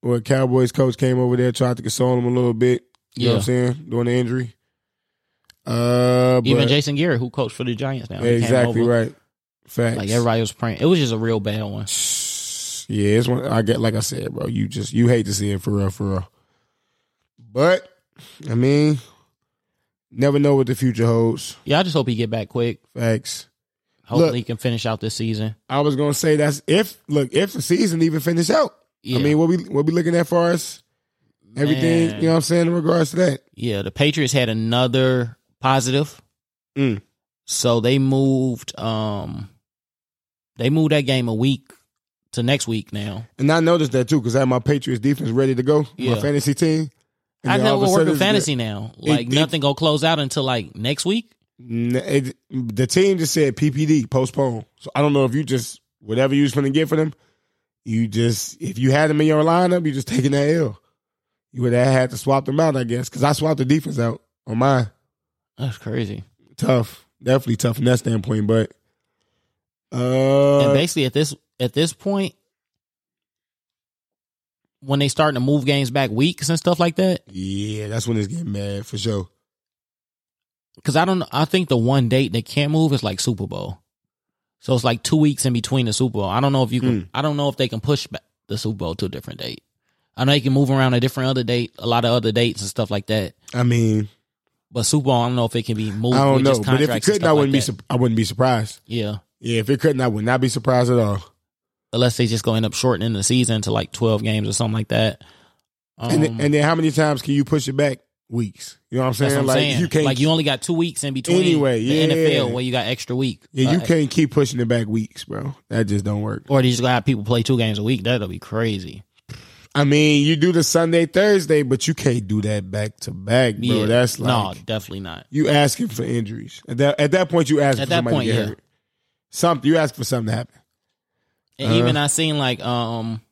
[SPEAKER 1] when Cowboys coach came over there, tried to console him a little bit. You know what I'm saying? During the injury. Uh but,
[SPEAKER 2] Even Jason Garrett, who coached for the Giants now,
[SPEAKER 1] Yeah,
[SPEAKER 2] he came
[SPEAKER 1] exactly
[SPEAKER 2] over.
[SPEAKER 1] right. Facts.
[SPEAKER 2] Like everybody was praying. It was just a real bad one.
[SPEAKER 1] Yeah, it's one I get like I said, bro. You just you hate to see it for real, for real. But I mean, never know what the future holds.
[SPEAKER 2] Yeah, I just hope he get back quick.
[SPEAKER 1] Facts.
[SPEAKER 2] Hopefully,
[SPEAKER 1] Look.
[SPEAKER 2] he can finish out this season.
[SPEAKER 1] I was gonna say that's if look, if the season even finish out.
[SPEAKER 2] Yeah.
[SPEAKER 1] I mean, what we what we looking at for us? Everything,
[SPEAKER 2] Man.
[SPEAKER 1] you know what I'm saying, in regards to that.
[SPEAKER 2] Yeah, the Patriots had another positive.
[SPEAKER 1] Mm.
[SPEAKER 2] So they moved um they moved that game a week to next week now.
[SPEAKER 1] And I noticed that too, because I had my Patriots defense ready to go,
[SPEAKER 2] Yeah.
[SPEAKER 1] my fantasy team. And
[SPEAKER 2] I
[SPEAKER 1] then all
[SPEAKER 2] know
[SPEAKER 1] of a
[SPEAKER 2] we're working
[SPEAKER 1] sudden,
[SPEAKER 2] fantasy now. Like
[SPEAKER 1] it-
[SPEAKER 2] nothing gonna close out until like next week.
[SPEAKER 1] The, n- it- the team just said PPD, postpone. So I don't know if you just whatever you was gonna get for them, you just if you had them in your lineup, you just taking that L. You would have had to swap them out, I guess, because I swapped the defense out on mine.
[SPEAKER 2] That's crazy.
[SPEAKER 1] Tough, definitely tough from that standpoint, but uh,
[SPEAKER 2] and basically at this at this point, when they starting to move games back weeks and stuff like that,
[SPEAKER 1] yeah, that's when it's getting mad for sure.
[SPEAKER 2] because I don't. I think the one date they can't move is like Super Bowl. So it's like two weeks in between the Super Bowl. I don't know if you
[SPEAKER 1] Hmm.
[SPEAKER 2] can. I don't know if they can push back the Super Bowl to a different date. I know you can move around a different other date, a lot of other dates and stuff like that.
[SPEAKER 1] I mean,
[SPEAKER 2] But Super Bowl, I don't know if it can be moved.
[SPEAKER 1] I don't
[SPEAKER 2] with
[SPEAKER 1] know,
[SPEAKER 2] just
[SPEAKER 1] but if it
[SPEAKER 2] contracts and
[SPEAKER 1] couldn't,
[SPEAKER 2] stuff
[SPEAKER 1] I wouldn't
[SPEAKER 2] like
[SPEAKER 1] be
[SPEAKER 2] that.
[SPEAKER 1] sup- I wouldn't be surprised.
[SPEAKER 2] yeah,
[SPEAKER 1] Yeah, if it couldn't, I would not be surprised at all.
[SPEAKER 2] unless they just go end up shortening the season to like twelve games or something like that. Um,
[SPEAKER 1] and then, and then, how many times can you push it back? Weeks. You know what I'm saying?
[SPEAKER 2] that's what I'm
[SPEAKER 1] like
[SPEAKER 2] saying.
[SPEAKER 1] you can't.
[SPEAKER 2] like you only got two weeks in between
[SPEAKER 1] Anyway,
[SPEAKER 2] the
[SPEAKER 1] yeah.
[SPEAKER 2] NFL where you got extra week.
[SPEAKER 1] yeah, you
[SPEAKER 2] Uh,
[SPEAKER 1] can't keep pushing it back weeks, bro. That just don't work.
[SPEAKER 2] Or they just gonna have people play two games a week. That'll be crazy.
[SPEAKER 1] I mean, you do the Sunday Thursday, but you can't do that back to back, bro.
[SPEAKER 2] yeah,
[SPEAKER 1] That's like
[SPEAKER 2] no, definitely not.
[SPEAKER 1] you asking for injuries. At that at that point, you asking
[SPEAKER 2] At
[SPEAKER 1] for
[SPEAKER 2] that
[SPEAKER 1] somebody
[SPEAKER 2] point,
[SPEAKER 1] to get
[SPEAKER 2] yeah.
[SPEAKER 1] hurt. Something you ask for something to happen. Uh-huh.
[SPEAKER 2] And even I seen like um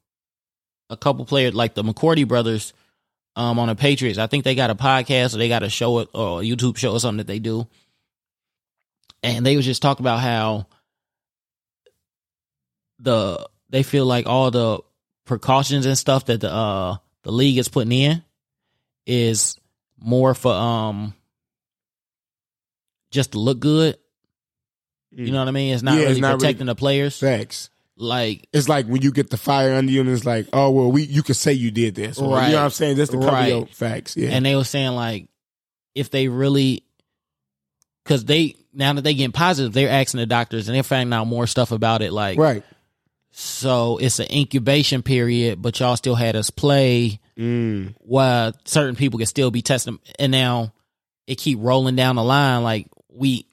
[SPEAKER 2] a couple players like the McCourty brothers um on the Patriots. I think they got a podcast or they got a show it or a YouTube show or something that they do. And they was just talking about how the they feel like all the precautions and stuff that the uh the league is putting in is more for um just to look good. You know what I mean? It's not
[SPEAKER 1] Mm. Yeah, it's
[SPEAKER 2] really
[SPEAKER 1] not really-
[SPEAKER 2] protecting the players.
[SPEAKER 1] Facts.
[SPEAKER 2] Like
[SPEAKER 1] It's like when you get the fire under you, and it's like, oh well, we you could say you did this, or,
[SPEAKER 2] Right.
[SPEAKER 1] You know what I'm saying? That's the cover
[SPEAKER 2] Right.
[SPEAKER 1] your facts. Yeah,
[SPEAKER 2] and they were saying like if they really because they now that they getting positive they're asking the doctors and they're finding out more stuff about it like
[SPEAKER 1] right.
[SPEAKER 2] so it's an incubation period but y'all still had us play
[SPEAKER 1] Mm.
[SPEAKER 2] while certain people can still be testing and now it keep rolling down the line like we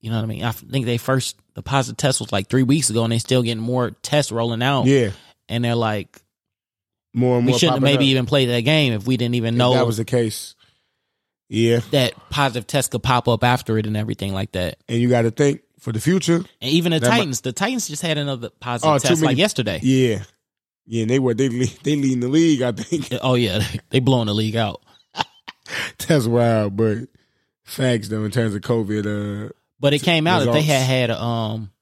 [SPEAKER 2] you know what i mean i think they first the positive test was like three weeks ago and they still getting more tests rolling out
[SPEAKER 1] Yeah,
[SPEAKER 2] and they're like
[SPEAKER 1] more and more.
[SPEAKER 2] Oh. we shouldn't have
[SPEAKER 1] popping
[SPEAKER 2] maybe
[SPEAKER 1] up.
[SPEAKER 2] even played that game if we didn't even
[SPEAKER 1] If
[SPEAKER 2] know
[SPEAKER 1] that was the case. Yeah.
[SPEAKER 2] that positive test could pop up after it and everything like that.
[SPEAKER 1] And you got to think for the future.
[SPEAKER 2] And even the
[SPEAKER 1] That might-
[SPEAKER 2] Titans, the Titans just had another positive
[SPEAKER 1] Oh, too
[SPEAKER 2] test
[SPEAKER 1] many-
[SPEAKER 2] like yesterday.
[SPEAKER 1] Yeah. Yeah, and they were they lead, they leading the league, I think.
[SPEAKER 2] Oh yeah, they blowing the league out.
[SPEAKER 1] That's wild, but facts though in terms of COVID, uh
[SPEAKER 2] But it came out that they
[SPEAKER 1] results.
[SPEAKER 2] had had a, um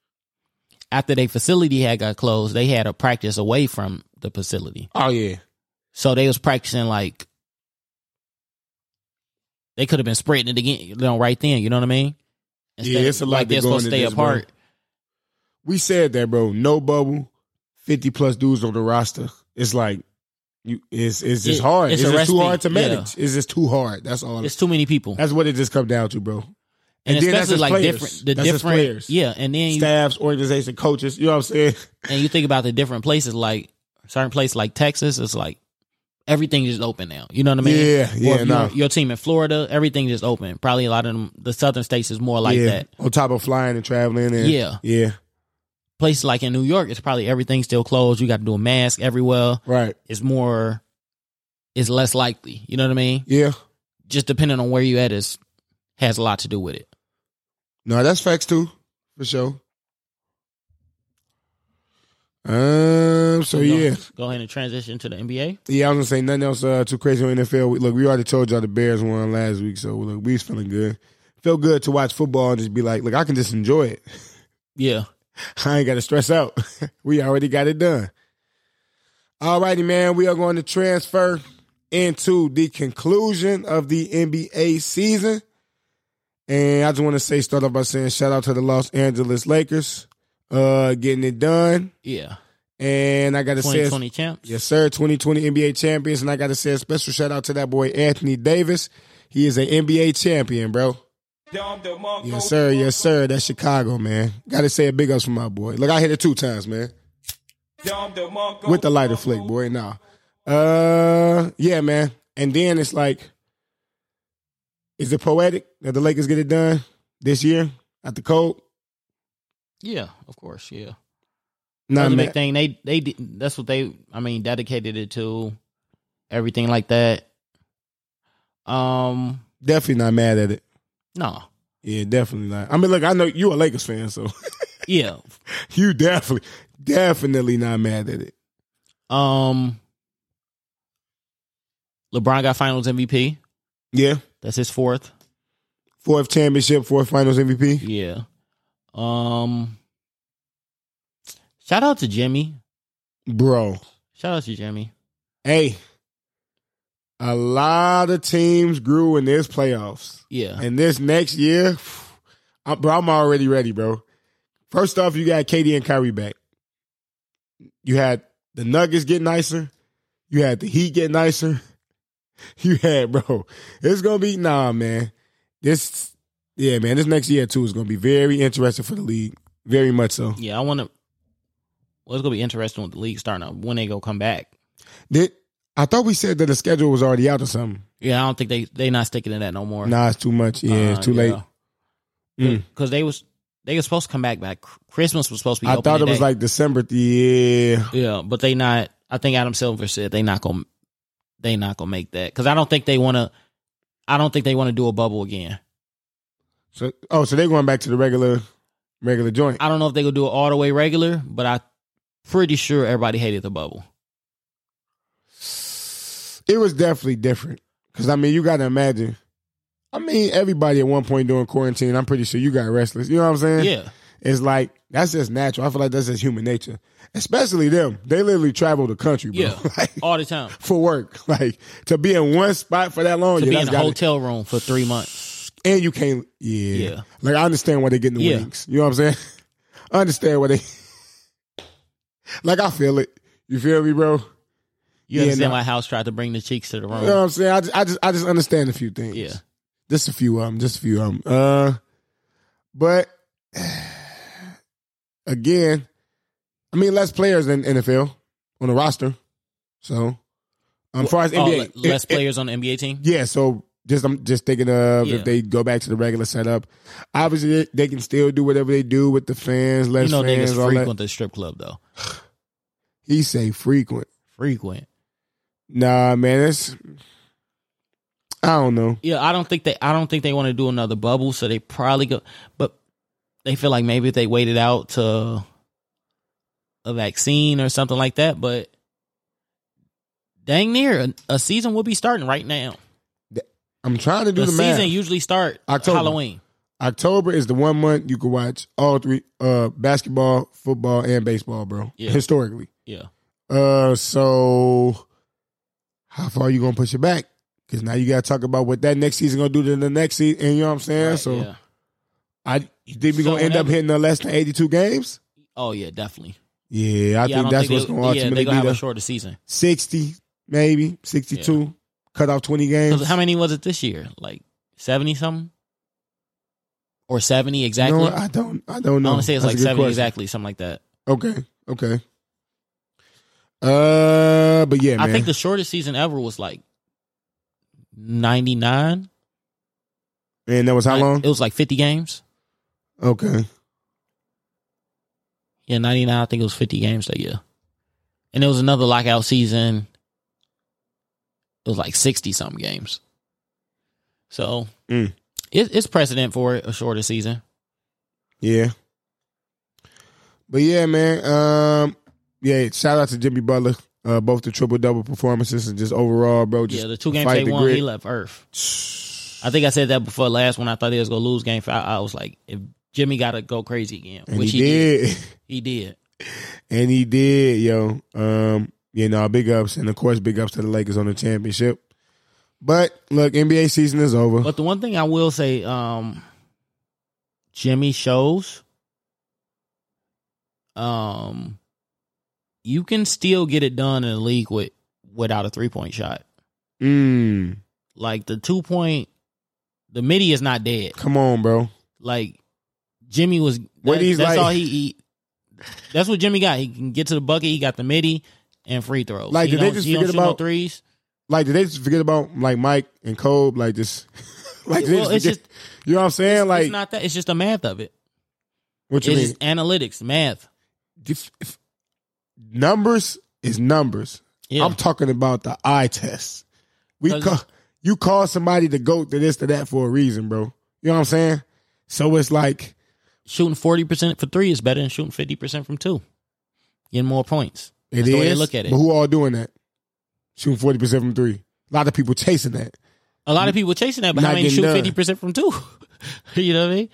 [SPEAKER 2] after they facility had got closed, they had a practice away from the facility.
[SPEAKER 1] Oh yeah.
[SPEAKER 2] So they was practicing like they could have been spreading it again, you know, right then. You know what I mean?
[SPEAKER 1] Yeah, it's a lot
[SPEAKER 2] like
[SPEAKER 1] to
[SPEAKER 2] they're
[SPEAKER 1] go
[SPEAKER 2] supposed to
[SPEAKER 1] into
[SPEAKER 2] stay
[SPEAKER 1] this, bro.
[SPEAKER 2] apart.
[SPEAKER 1] We said that, bro. No bubble, fifty plus dudes on the roster. It's like you it's it's just
[SPEAKER 2] It-
[SPEAKER 1] hard.
[SPEAKER 2] it's
[SPEAKER 1] It's, just too
[SPEAKER 2] arresting.
[SPEAKER 1] hard to
[SPEAKER 2] Yeah.
[SPEAKER 1] manage. It's just too hard. That's all
[SPEAKER 2] It's too many people,
[SPEAKER 1] that's what it just comes down to, bro.
[SPEAKER 2] and,
[SPEAKER 1] and then that's
[SPEAKER 2] especially
[SPEAKER 1] just
[SPEAKER 2] like
[SPEAKER 1] players.
[SPEAKER 2] different, the
[SPEAKER 1] That's just
[SPEAKER 2] different,
[SPEAKER 1] players.
[SPEAKER 2] yeah. And then you,
[SPEAKER 1] Staffs, organization, coaches, you know what I'm saying?
[SPEAKER 2] and you think about the different places, like certain place like Texas, it's like everything is open now. You know what I mean?
[SPEAKER 1] Yeah, yeah,
[SPEAKER 2] Or if
[SPEAKER 1] nah.
[SPEAKER 2] your, your team in Florida, everything is open. Probably a lot of them, the southern states is more like
[SPEAKER 1] yeah.
[SPEAKER 2] that.
[SPEAKER 1] On top of flying and traveling and
[SPEAKER 2] Yeah.
[SPEAKER 1] Yeah.
[SPEAKER 2] Places like in New York, it's probably everything still closed. You got to do a mask everywhere.
[SPEAKER 1] Right.
[SPEAKER 2] It's more, it's less likely. You know what I mean?
[SPEAKER 1] Yeah.
[SPEAKER 2] Just depending on where you at is has a lot to do with it.
[SPEAKER 1] No, that's facts too, for sure. Um. So
[SPEAKER 2] Go-
[SPEAKER 1] yeah,
[SPEAKER 2] go ahead and transition to the NBA.
[SPEAKER 1] yeah. I was gonna say nothing else uh, too crazy on NFL. We- Look, we already told y'all the Bears won last week, so look, we was feeling good. Felt good to watch football and just be like, look, I can just enjoy it.
[SPEAKER 2] Yeah,
[SPEAKER 1] I ain't got to stress out. we already got it done. Alrighty, man. We are going to transfer into the conclusion of the NBA season. And I just want to say, start off by saying shout out to the Los Angeles Lakers, uh, getting it done.
[SPEAKER 2] yeah.
[SPEAKER 1] And I got to
[SPEAKER 2] Twenty
[SPEAKER 1] say,
[SPEAKER 2] twenty champs.
[SPEAKER 1] yes, sir, 2020 NBA champions. And I got to say a special shout out to that boy, Anthony Davis. He is an NBA champion, bro. Yes, sir. Yes, sir. That's Chicago, man. Got to say a big ups for my boy. Look, I hit it two times, man. With the lighter flick, boy. Nah. Uh, yeah, man. And then it's like, is it poetic that the Lakers get it done this year at the cold?
[SPEAKER 2] Yeah, of course. Yeah.
[SPEAKER 1] Nah,
[SPEAKER 2] That's the
[SPEAKER 1] man.
[SPEAKER 2] big thing. They they did, that's what they I mean dedicated it to everything like that. Um
[SPEAKER 1] Definitely not mad at it.
[SPEAKER 2] no.
[SPEAKER 1] Yeah, definitely not. I mean, look, I know you a Lakers fan, so
[SPEAKER 2] Yeah.
[SPEAKER 1] you definitely, definitely not mad at it.
[SPEAKER 2] Um LeBron got finals MVP.
[SPEAKER 1] Yeah,
[SPEAKER 2] That's his fourth.
[SPEAKER 1] fourth championship, fourth Finals MVP.
[SPEAKER 2] Yeah. Um Shout out to Jimmy.
[SPEAKER 1] Bro,
[SPEAKER 2] Shout out to Jimmy.
[SPEAKER 1] hey, a lot of teams grew in this playoffs,
[SPEAKER 2] Yeah.
[SPEAKER 1] and this next year, i bro, I'm already ready, bro. First off, you got Katie and Kyrie back. You had the Nuggets get nicer. You had the Heat get nicer. You had, bro. It's gonna be nah, man. This, yeah, man. This next year too is gonna be very interesting for the league. Very much so.
[SPEAKER 2] Yeah, I want to well, it's gonna be interesting with the league starting up when they go come back.
[SPEAKER 1] Did I thought we said that the schedule was already out or something?
[SPEAKER 2] Yeah, I don't think they they not sticking to that no more.
[SPEAKER 1] Nah, it's too much. Yeah, it's
[SPEAKER 2] Uh,
[SPEAKER 1] too late. Mm.
[SPEAKER 2] because they was they were supposed to come back back. Christmas was supposed to be.
[SPEAKER 1] I
[SPEAKER 2] open
[SPEAKER 1] thought it was
[SPEAKER 2] today.
[SPEAKER 1] like December. Yeah,
[SPEAKER 2] yeah, but they not. I think Adam Silver said they not gonna they not gonna make that because I don't think they want to. I don't think they want to do a bubble again.
[SPEAKER 1] So oh, so they're going back to the regular, regular joint.
[SPEAKER 2] I don't know if they gonna do it all the way regular, but I pretty sure everybody hated the bubble.
[SPEAKER 1] It was definitely different because I mean, you got to imagine. I mean, everybody at one point during quarantine, I'm pretty sure you got restless. You know what I'm saying?
[SPEAKER 2] Yeah,
[SPEAKER 1] It's like that's just natural. I feel like that's just human nature, especially them. They literally travel the country, bro.
[SPEAKER 2] Yeah.
[SPEAKER 1] like,
[SPEAKER 2] all the time.
[SPEAKER 1] for work, like to be in one spot for that long.
[SPEAKER 2] To
[SPEAKER 1] Oh, yeah,
[SPEAKER 2] be
[SPEAKER 1] that's
[SPEAKER 2] in a
[SPEAKER 1] gotta-
[SPEAKER 2] hotel room for three months.
[SPEAKER 1] and you can't. Yeah.
[SPEAKER 2] Yeah.
[SPEAKER 1] Like I understand why they getting the
[SPEAKER 2] Yeah.
[SPEAKER 1] wings. You know what I'm saying? I understand why they. like I feel it. You feel me, bro?
[SPEAKER 2] You
[SPEAKER 1] Yeah,
[SPEAKER 2] understand
[SPEAKER 1] no.
[SPEAKER 2] why House tried to bring the cheeks to the room?
[SPEAKER 1] You know what I'm saying? I just, I just, I just understand a few things.
[SPEAKER 2] Yeah.
[SPEAKER 1] Just a few of them. Just a few of them. Uh, but again, I mean, less players than NFL on the roster. So, um, as far as
[SPEAKER 2] Oh,
[SPEAKER 1] NBA,
[SPEAKER 2] le- less
[SPEAKER 1] it- it-
[SPEAKER 2] players on the NBA team.
[SPEAKER 1] Yeah, so just I'm just thinking of
[SPEAKER 2] Yeah.
[SPEAKER 1] if they go back to the regular setup. Obviously, they- they can still do whatever they do with the fans, less
[SPEAKER 2] You know,
[SPEAKER 1] fans,
[SPEAKER 2] niggas
[SPEAKER 1] all that.
[SPEAKER 2] frequent the strip club though.
[SPEAKER 1] He say frequent.
[SPEAKER 2] Frequent.
[SPEAKER 1] Nah, man, it's I don't know.
[SPEAKER 2] yeah, I don't think they I don't think they want to do another bubble, so they probably go but they feel like maybe if they waited out to a vaccine or something like that, but dang near a, a season will be starting right now.
[SPEAKER 1] I'm trying to do
[SPEAKER 2] The
[SPEAKER 1] the,
[SPEAKER 2] season
[SPEAKER 1] math.
[SPEAKER 2] usually start
[SPEAKER 1] October.
[SPEAKER 2] Halloween.
[SPEAKER 1] October is the one month you can watch all three uh basketball, football, and baseball, bro.
[SPEAKER 2] Yeah.
[SPEAKER 1] Historically.
[SPEAKER 2] Yeah.
[SPEAKER 1] Uh, so how far you gonna push it back? Because now you gotta talk about what that next season gonna do to the next season. And you know what I'm saying?
[SPEAKER 2] Right,
[SPEAKER 1] so
[SPEAKER 2] yeah.
[SPEAKER 1] I you think we
[SPEAKER 2] So
[SPEAKER 1] gonna end up
[SPEAKER 2] whenever-
[SPEAKER 1] hitting the less than 82 games?
[SPEAKER 2] Oh yeah, definitely.
[SPEAKER 1] Yeah, I
[SPEAKER 2] yeah,
[SPEAKER 1] think
[SPEAKER 2] don't
[SPEAKER 1] that's what's
[SPEAKER 2] they-
[SPEAKER 1] gonna ultimately
[SPEAKER 2] yeah, they're
[SPEAKER 1] be
[SPEAKER 2] gonna have
[SPEAKER 1] the
[SPEAKER 2] a shorter season.
[SPEAKER 1] 60, maybe 62. Cut off 20 games.
[SPEAKER 2] Because how many was it this year? Like seventy something, or seventy
[SPEAKER 1] You
[SPEAKER 2] exactly?
[SPEAKER 1] know what? I don't. I don't know.
[SPEAKER 2] I want to say it's
[SPEAKER 1] That's
[SPEAKER 2] like
[SPEAKER 1] a good
[SPEAKER 2] seventy
[SPEAKER 1] question.
[SPEAKER 2] exactly, something like that.
[SPEAKER 1] Okay. Okay. Uh, but yeah, man.
[SPEAKER 2] I think the shortest season ever was like ninety nine.
[SPEAKER 1] and that was how long?
[SPEAKER 2] It was like fifty games.
[SPEAKER 1] Okay.
[SPEAKER 2] Yeah, ninety nine. I think it was fifty games that year, and it was another lockout season. It was like sixty some games. So
[SPEAKER 1] Mm.
[SPEAKER 2] it, it's precedent for it, a shorter season.
[SPEAKER 1] Yeah. But yeah, man. Um, yeah. Shout out to Jimmy Butler. Uh, both the triple double performances and just overall, bro. Just
[SPEAKER 2] yeah, the two games
[SPEAKER 1] fight
[SPEAKER 2] they
[SPEAKER 1] the
[SPEAKER 2] won,
[SPEAKER 1] grit.
[SPEAKER 2] he left Earth. I think I said that before last when I thought he was gonna lose game five. I was like, if Jimmy gotta go crazy again,
[SPEAKER 1] and
[SPEAKER 2] which
[SPEAKER 1] he,
[SPEAKER 2] he, did.
[SPEAKER 1] did.
[SPEAKER 2] he did.
[SPEAKER 1] and he did, yo. Um, you know, big ups, and of course, big ups to the Lakers on the championship. But look, NBA season is over.
[SPEAKER 2] But the one thing I will say, um, Jimmy shows, um, you can still get it done in the league with without a three point shot.
[SPEAKER 1] Mm,
[SPEAKER 2] Like the two point, the midi is not dead.
[SPEAKER 1] come on, bro.
[SPEAKER 2] Like Jimmy was.
[SPEAKER 1] What
[SPEAKER 2] that-
[SPEAKER 1] he's
[SPEAKER 2] that's
[SPEAKER 1] like-
[SPEAKER 2] all he, he. That's what Jimmy got. He can get to the bucket. He got the midi and free throws.
[SPEAKER 1] Like,
[SPEAKER 2] he
[SPEAKER 1] did they
[SPEAKER 2] don't-
[SPEAKER 1] just
[SPEAKER 2] he don't
[SPEAKER 1] forget
[SPEAKER 2] shoot no
[SPEAKER 1] about-
[SPEAKER 2] threes?
[SPEAKER 1] Like, did they just forget about like Mike and Kobe? Like, just like did they
[SPEAKER 2] Well,
[SPEAKER 1] just
[SPEAKER 2] it's
[SPEAKER 1] forget-
[SPEAKER 2] just-
[SPEAKER 1] you know what I'm saying? like,
[SPEAKER 2] it's not that. It's just the math of it.
[SPEAKER 1] what
[SPEAKER 2] It's
[SPEAKER 1] you mean?
[SPEAKER 2] just analytics, math.
[SPEAKER 1] If- if- numbers is numbers.
[SPEAKER 2] Yeah.
[SPEAKER 1] I'm talking about the eye test. We
[SPEAKER 2] Does-
[SPEAKER 1] call, you call somebody the goat to this to that for a reason, bro. You know what I'm saying? So it's like,
[SPEAKER 2] shooting forty percent for three is better than shooting fifty percent from two. Getting more points.
[SPEAKER 1] It is.
[SPEAKER 2] That's the way they look at it.
[SPEAKER 1] But who all doing that? Shooting forty percent from three. A lot of people chasing that.
[SPEAKER 2] A lot of people chasing that, but
[SPEAKER 1] Not
[SPEAKER 2] how many
[SPEAKER 1] getting
[SPEAKER 2] shoot
[SPEAKER 1] done.
[SPEAKER 2] fifty percent from two? you know what I mean?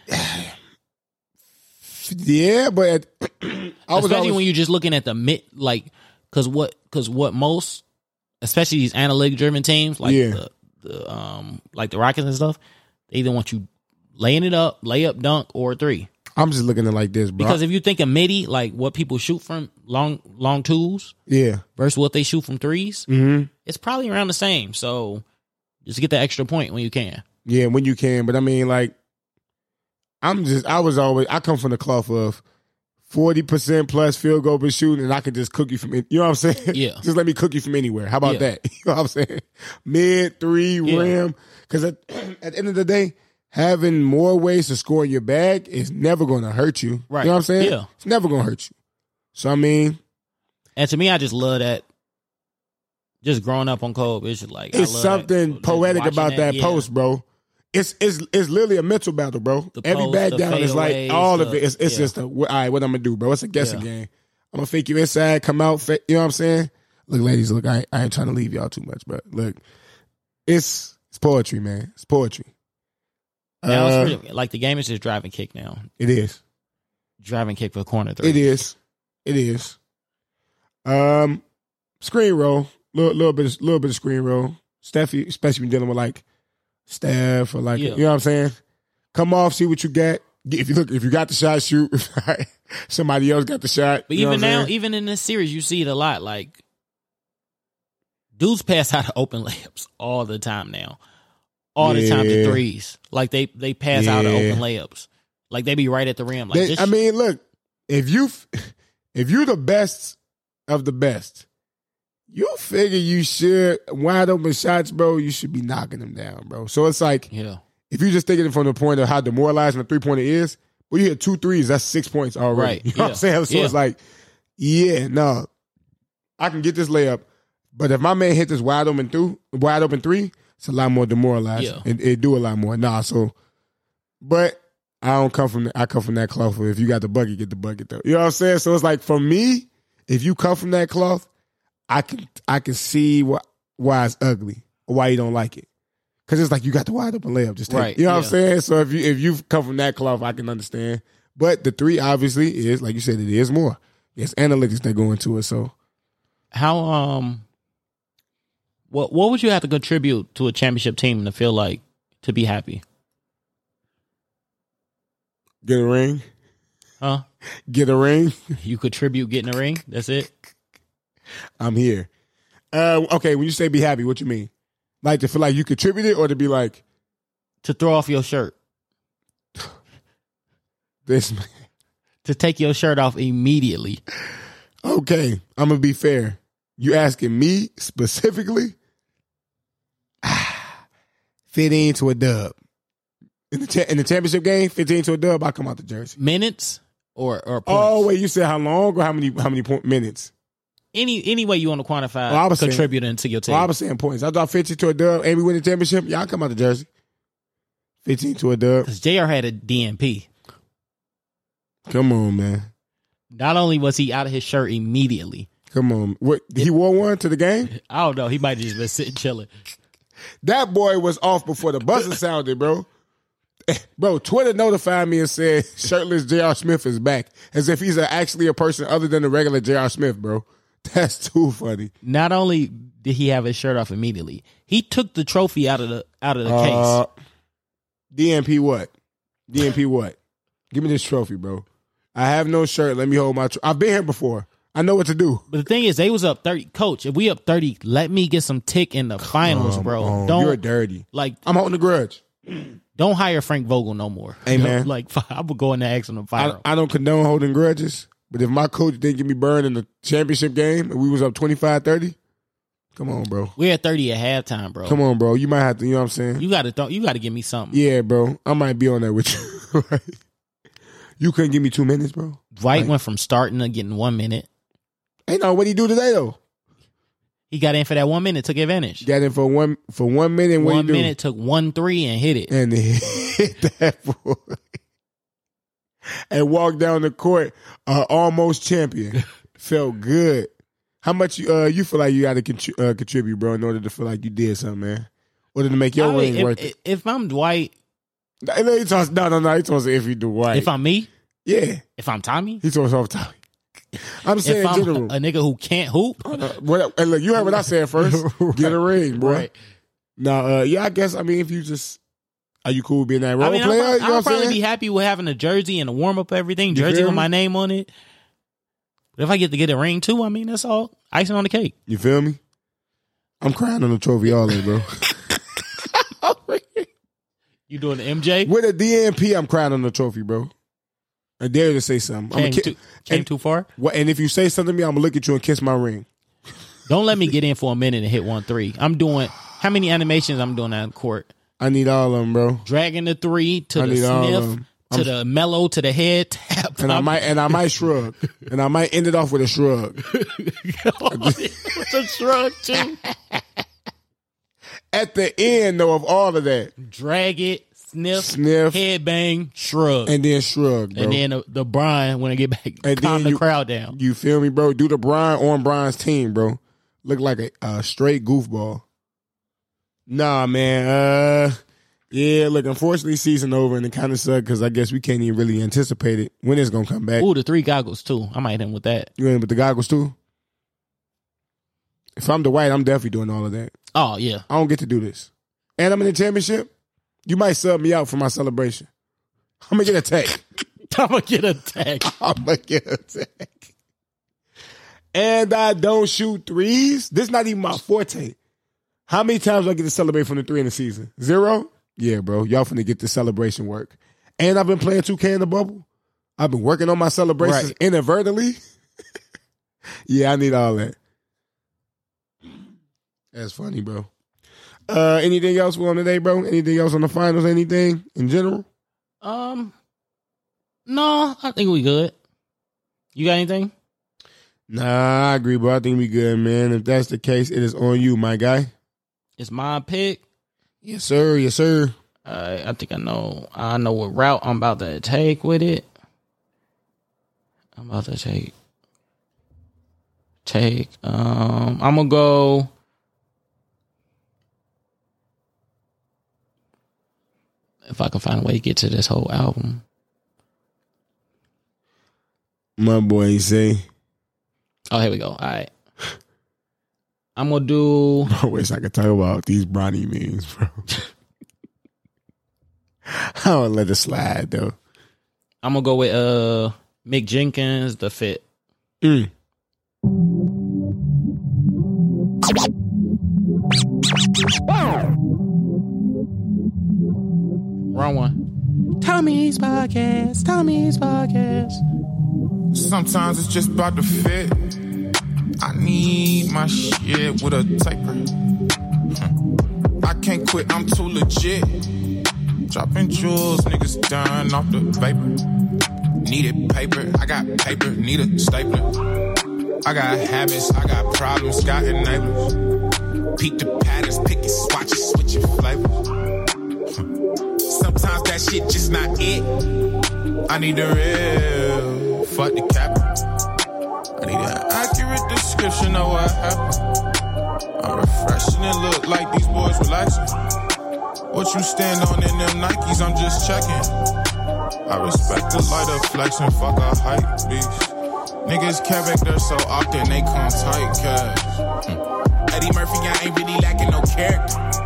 [SPEAKER 1] Yeah, but at, I was
[SPEAKER 2] Especially
[SPEAKER 1] always,
[SPEAKER 2] when you're just looking at the mid, like, cause what, cause what most, especially these analytic driven teams, like
[SPEAKER 1] Yeah.
[SPEAKER 2] the, the, um, like the Rockets and stuff, they either want you laying it up, lay up, dunk, or three.
[SPEAKER 1] I'm just looking at it like this, bro.
[SPEAKER 2] Because if you think of midi, like what people shoot from long, long twos
[SPEAKER 1] yeah,
[SPEAKER 2] versus what they shoot from threes,
[SPEAKER 1] hmm
[SPEAKER 2] it's probably around the same. So just get the extra point when you can.
[SPEAKER 1] yeah, when you can. But I mean, like, I'm just. I was always. I come from the cloth of forty percent plus field goal but shooting, and I could just cook you from. any- You know what I'm saying?
[SPEAKER 2] Yeah.
[SPEAKER 1] just let me cook you from anywhere. How about
[SPEAKER 2] Yeah.
[SPEAKER 1] that? You know what I'm saying? Mid three
[SPEAKER 2] Yeah.
[SPEAKER 1] rim. Because at, at the end of the day. Having more ways to score in your bag is never going to hurt you.
[SPEAKER 2] Right.
[SPEAKER 1] You know what I'm saying?
[SPEAKER 2] Yeah.
[SPEAKER 1] It's never going to hurt you. So, I mean,
[SPEAKER 2] And to me, I just love that. Just growing up on Kobe, it's just like I
[SPEAKER 1] it's
[SPEAKER 2] love
[SPEAKER 1] something
[SPEAKER 2] that. Just
[SPEAKER 1] poetic
[SPEAKER 2] watching
[SPEAKER 1] about that,
[SPEAKER 2] yeah.
[SPEAKER 1] post, bro. It's it's it's literally a mental battle, bro.
[SPEAKER 2] The
[SPEAKER 1] Every
[SPEAKER 2] post,
[SPEAKER 1] back
[SPEAKER 2] the
[SPEAKER 1] down is like
[SPEAKER 2] fadeaways,
[SPEAKER 1] all of
[SPEAKER 2] the-
[SPEAKER 1] it. It's, it's
[SPEAKER 2] yeah.
[SPEAKER 1] just a wh- all right. What I'm gonna do, bro? It's a guessing
[SPEAKER 2] Yeah.
[SPEAKER 1] game. I'm gonna fake you inside, come out. Fa- you know what I'm saying? Look, ladies, look. I ain't, I ain't trying to leave y'all too much, but look, it's it's poetry, man. It's poetry.
[SPEAKER 2] Now
[SPEAKER 1] Uh,
[SPEAKER 2] it's really, like the game is just driving kick now.
[SPEAKER 1] it is.
[SPEAKER 2] Driving kick for the corner three.
[SPEAKER 1] It is. It is. Um, screen roll. Little little bit of, little bit of screen roll. Steffi, especially when dealing with like Steph or like
[SPEAKER 2] Yeah.
[SPEAKER 1] you know what I'm saying. Come off, see what you got. If you look, if you got the shot, shoot. Somebody else got the shot.
[SPEAKER 2] But
[SPEAKER 1] you know
[SPEAKER 2] even
[SPEAKER 1] what I'm
[SPEAKER 2] now,
[SPEAKER 1] saying?
[SPEAKER 2] even in this series, you see it a lot. Like dudes pass out of open layups all the time now. All the time
[SPEAKER 1] Yeah.
[SPEAKER 2] to threes. Like they they pass out of
[SPEAKER 1] Yeah.
[SPEAKER 2] open layups. Like they be right at the rim. Like
[SPEAKER 1] They-
[SPEAKER 2] just
[SPEAKER 1] I mean, look, if you f- if you the best of the best, you figure you should wide open shots, bro. You should be knocking them down, bro. So it's like
[SPEAKER 2] yeah.
[SPEAKER 1] if you're just thinking from the point of how demoralizing the three pointer is, well, you hit two threes, that's six points already.
[SPEAKER 2] Right,
[SPEAKER 1] You know what
[SPEAKER 2] yeah,
[SPEAKER 1] I'm saying? So
[SPEAKER 2] yeah.
[SPEAKER 1] it's like, yeah, no, I can get this layup, but if my man hit this wide open through, wide open three, it's a lot more demoralized.
[SPEAKER 2] Yeah.
[SPEAKER 1] It, it do a lot more. Nah, so, but I don't come from. I come from that cloth. Where if you got the bucket, get the bucket though. You know what I'm saying? So it's like for me, if you come from that cloth, I can I can see why why it's ugly or why you don't like it. Cause it's like you got the wide open layup, just take. it.
[SPEAKER 2] Right,
[SPEAKER 1] You know what I'm
[SPEAKER 2] yeah.
[SPEAKER 1] saying? So if you if you come from that cloth, I can understand. But the three obviously is like you said, it is more. It's analytics that go into it. So
[SPEAKER 2] How um, what what would you have to contribute to a championship team to feel like to be happy?
[SPEAKER 1] get a ring,
[SPEAKER 2] Huh?
[SPEAKER 1] get a ring.
[SPEAKER 2] You contribute getting a ring. That's it.
[SPEAKER 1] I'm here. Uh, okay, when you say be happy, what you mean? Like to feel like you contributed, or to be like
[SPEAKER 2] To throw off your shirt.
[SPEAKER 1] this?
[SPEAKER 2] To take your shirt off immediately.
[SPEAKER 1] Okay, I'm gonna be fair. You asking me specifically? Fit into a dub in the cha- in the championship game. Fifteen to a dub, I come out the jersey.
[SPEAKER 2] Minutes or or points.
[SPEAKER 1] Oh wait, you said how long or how many how many point minutes?
[SPEAKER 2] any any way you want to quantify
[SPEAKER 1] Well, I was saying-
[SPEAKER 2] contributing to your team.
[SPEAKER 1] Well, I was saying points. I thought fifteen to a dub, and we win the championship. Y'all come out the jersey. Fifteen to a dub.
[SPEAKER 2] Because Jr. had a DNP.
[SPEAKER 1] Come on, man.
[SPEAKER 2] Not only was he out of his shirt immediately.
[SPEAKER 1] Come on. What he wore one to the game?
[SPEAKER 2] I don't know. He might have just been sitting chilling.
[SPEAKER 1] That boy was off before the buzzer sounded, bro. Bro, Twitter notified me and said shirtless J.R. Smith is back, as if he's a, actually a person other than the regular J.R. Smith, bro. That's too funny.
[SPEAKER 2] Not only did he have his shirt off immediately, he took the trophy out of the out of the
[SPEAKER 1] Uh,
[SPEAKER 2] case.
[SPEAKER 1] DNP what? DNP what? Give me this trophy, bro. I have no shirt. Let me hold my. Tr- I've been here before. I know what to do.
[SPEAKER 2] But the thing is, they was up thirty. Coach, if we up thirty, let me get some tick in the finals,
[SPEAKER 1] Come
[SPEAKER 2] bro.
[SPEAKER 1] on,
[SPEAKER 2] don't
[SPEAKER 1] Um, You're dirty.
[SPEAKER 2] like
[SPEAKER 1] I'm holding the grudge.
[SPEAKER 2] don't hire Frank Vogel no more.
[SPEAKER 1] Hey, man.
[SPEAKER 2] like I would go in there asking him to fire
[SPEAKER 1] I,
[SPEAKER 2] him.
[SPEAKER 1] I don't condone holding grudges, but if my coach didn't get me burned in the championship game and we was up 25-30, come on, bro.
[SPEAKER 2] We're at thirty at halftime, bro.
[SPEAKER 1] Come on, bro. You might have to, you know what I'm saying?
[SPEAKER 2] you got to throw. You got to give me something.
[SPEAKER 1] yeah, bro. I might be on that with you. right? You couldn't give me two minutes, bro.
[SPEAKER 2] Dwight went from starting to getting one minute.
[SPEAKER 1] Hey, no, what he do today though?
[SPEAKER 2] He got in for that one minute, took advantage.
[SPEAKER 1] Got in for one for one minute. What
[SPEAKER 2] one
[SPEAKER 1] he do?
[SPEAKER 2] minute, took one three and hit it.
[SPEAKER 1] and hit that boy and walked down the court uh, almost champion. Felt good. How much you uh, you feel like you got to contri- uh, contribute, bro, in order to feel like you did something, man? Order to make your
[SPEAKER 2] I mean,
[SPEAKER 1] ring
[SPEAKER 2] if,
[SPEAKER 1] worth it.
[SPEAKER 2] if I'm Dwight,
[SPEAKER 1] No, no, he talks, no, no, no. He talks if you do right.
[SPEAKER 2] if I'm me,
[SPEAKER 1] yeah,
[SPEAKER 2] if I'm Tommy,
[SPEAKER 1] he talks off topic. I'm saying
[SPEAKER 2] if I'm
[SPEAKER 1] general. Uh,
[SPEAKER 2] a nigga who can't hoop,
[SPEAKER 1] What, and look, you heard what I said first. Get a ring, boy.
[SPEAKER 2] Right.
[SPEAKER 1] Now, uh, yeah, I guess I mean if you just are you cool being that role
[SPEAKER 2] I mean,
[SPEAKER 1] player?
[SPEAKER 2] I'll,
[SPEAKER 1] you know what
[SPEAKER 2] I'll
[SPEAKER 1] I'm
[SPEAKER 2] probably
[SPEAKER 1] saying?
[SPEAKER 2] be happy with having a jersey and a warm up, everything.
[SPEAKER 1] You
[SPEAKER 2] Jersey
[SPEAKER 1] feel
[SPEAKER 2] with
[SPEAKER 1] me?
[SPEAKER 2] my name on it. But if I get to get a ring too, I mean, that's all icing on the cake.
[SPEAKER 1] You feel me? I'm crying on the trophy all day, bro.
[SPEAKER 2] You doing the MJ?
[SPEAKER 1] With a DNP, I'm crying on the trophy, bro. I dare you to say something. I'm a
[SPEAKER 2] Came,
[SPEAKER 1] ki-
[SPEAKER 2] too, came
[SPEAKER 1] and,
[SPEAKER 2] too far.
[SPEAKER 1] What- and if you say something to me, I'm gonna look at you and kiss my ring.
[SPEAKER 2] Don't let me get in for a minute and hit one three. I'm doing how many animations I'm doing on court?
[SPEAKER 1] I need all of them, bro.
[SPEAKER 2] Dragging the three to
[SPEAKER 1] I
[SPEAKER 2] the
[SPEAKER 1] need all of
[SPEAKER 2] sniff
[SPEAKER 1] them.
[SPEAKER 2] to the mellow to the head tap.
[SPEAKER 1] And I might and I might shrug, and I might end it off with a shrug.
[SPEAKER 2] With a shrug too.
[SPEAKER 1] At the end, though, of all of that,
[SPEAKER 2] drag it, sniff,
[SPEAKER 1] Sniff.
[SPEAKER 2] head bang, shrug, and,
[SPEAKER 1] and then shrug, bro.
[SPEAKER 2] then the, the Brian when I get back,
[SPEAKER 1] And
[SPEAKER 2] calm
[SPEAKER 1] then
[SPEAKER 2] the
[SPEAKER 1] you-
[SPEAKER 2] crowd down.
[SPEAKER 1] You feel me, bro? Do the Brian on Brian's team, bro. Look like a, a straight goofball. Nah, man. Uh, yeah. Look, unfortunately, season over, and it kind of sucked because I guess we can't even really anticipate it when it's gonna come back.
[SPEAKER 2] Ooh, the three goggles too. I might hit him with that.
[SPEAKER 1] You in with the goggles too? If I'm the white, I'm definitely doing all of that.
[SPEAKER 2] Oh yeah,
[SPEAKER 1] I don't get to do this, and I'm in the championship. You might sub me out for my celebration. I'm gonna get a tag.
[SPEAKER 2] I'm gonna get attacked.
[SPEAKER 1] I'm gonna get attacked. And I don't shoot threes. This not even my forte. How many times do I get to celebrate from the three in the season? Zero? Yeah, bro. Y'all finna get the celebration work. And I've been playing 2K in the bubble. I've been working on my celebrations
[SPEAKER 2] Right.
[SPEAKER 1] inadvertently. yeah, I need all that. That's funny, bro. Uh, anything else on today, bro? Anything else on the finals? Anything in general?
[SPEAKER 2] Um, no, I think we good. You got anything?
[SPEAKER 1] Nah, I agree, bro. I think we good, man. If that's the case, it is on you, my guy.
[SPEAKER 2] It's my pick.
[SPEAKER 1] Yes, sir. Yes, sir.
[SPEAKER 2] Uh, I think I know. I know what route I'm about to take with it. I'm about to take. Take. Um, I'm gonna go. If I can find a way to get to this whole album,
[SPEAKER 1] My boy, say.
[SPEAKER 2] oh here we go. All right, I'm gonna do.
[SPEAKER 1] I wish I could talk about these Bronny memes, bro. I would let it slide though.
[SPEAKER 2] I'm gonna go with uh Mick Jenkins, the fit.
[SPEAKER 1] Mm.
[SPEAKER 2] Wrong one. Tommy's podcast. Tommy's podcast.
[SPEAKER 3] Sometimes it's just about the fit. I need my shit with a taper. I can't quit, I'm too legit. Dropping jewels, niggas done off the vapor. Needed paper, I got paper, need a stapler. I got habits, I got problems, got enablers. Peek the patterns, pick your swatches, switch your flavors. Sometimes that shit just not it. I need the real. Fuck the cap. I need an accurate description of what happened. I'm refreshing and look like these boys relaxing. What you stand on in them Nikes, I'm just checking. I respect the light of flexing, fuck a hype beast. Niggas character so often they come tight cash. Eddie Murphy, I ain't really lacking no character.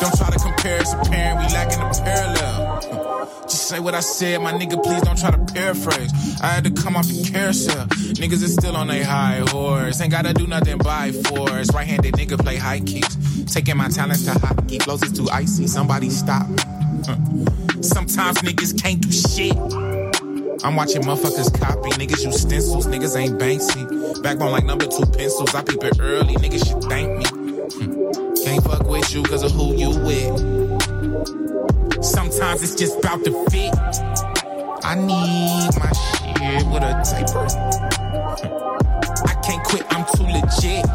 [SPEAKER 3] Don't try to compare us apparent, we lacking the parallel. Just say what I said, my nigga, please don't try to paraphrase. I had to come off the carousel. Niggas is still on their high horse. Ain't gotta do nothing by force. Right handed nigga play high kicks. Taking my talents to hockey, blows is too icy. Somebody stop. Sometimes niggas can't do shit. I'm watching motherfuckers copy. Niggas use stencils, niggas ain't Banksy. Backbone like number two pencils. I peep it early, niggas should thank me. Hmm. Can't fuck with you cause of who you with. Sometimes it's just about the fit. I need my shit with a taper. I can't quit, I'm too legit.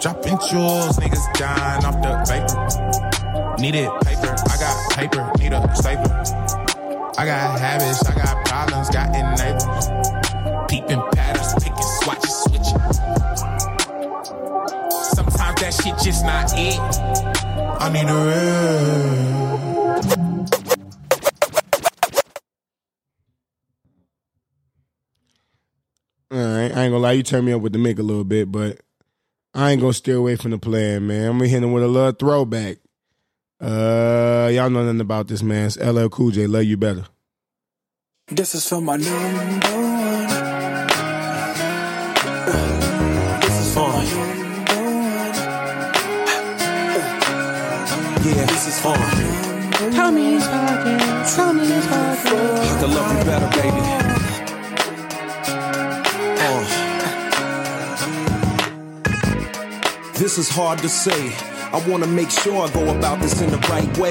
[SPEAKER 3] Dropping jewels, niggas dying off the vapor. Needed paper, I got paper, need a stapler. I got habits, I got problems, got enablers. Peeping patterns, picking swatches, switching. Sometimes that shit just not it. I uh. need a real.
[SPEAKER 1] All right, I ain't gonna lie, you turned me up with the mic a little bit, but I ain't gonna steer away from the plan, man. I'm gonna hit him with a little throwback. Uh, y'all know nothing about this, man. It's LL Cool J. Love you better.
[SPEAKER 5] This is for my number one. This is for my number one. Yeah, this is for my
[SPEAKER 2] Tommy's podcast. Tommy's podcast.
[SPEAKER 5] I could love you better, baby. Uh. This is hard to say. I wanna make sure I go about this in the right way.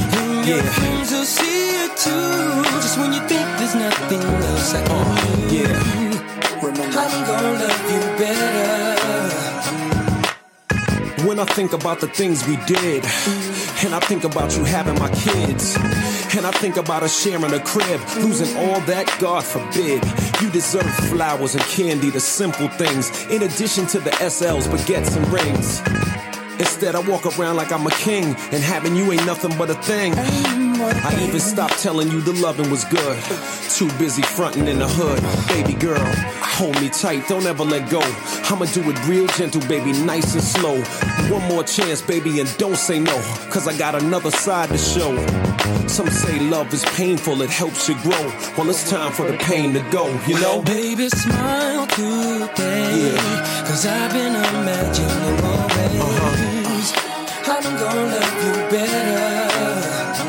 [SPEAKER 6] And your
[SPEAKER 5] Yeah.
[SPEAKER 6] friends will see it too. Just when you think there's nothing else I can do.
[SPEAKER 5] Yeah.
[SPEAKER 6] I'm gonna love you better.
[SPEAKER 5] When I think about the things we did, and I think about you having my kids, and I think about us sharing a crib, losing all that, God forbid. You deserve flowers and candy, the simple things, in addition to the SLs, baguettes, and rings. Instead, I walk around like I'm a king, and having you ain't nothing but a thing.
[SPEAKER 6] working.
[SPEAKER 5] I even stopped telling you the loving was good. Too busy fronting in the hood. Baby girl, hold me tight, don't ever let go. I'ma do it real gentle, baby, nice and slow. One more chance, baby, and don't say no, cause I got another side to show. Some say love is painful, it helps you grow. Well, it's time for the pain to go, you know?
[SPEAKER 6] Oh, Baby, smile today. Cause I've been imagining always. I've been gonna love you better.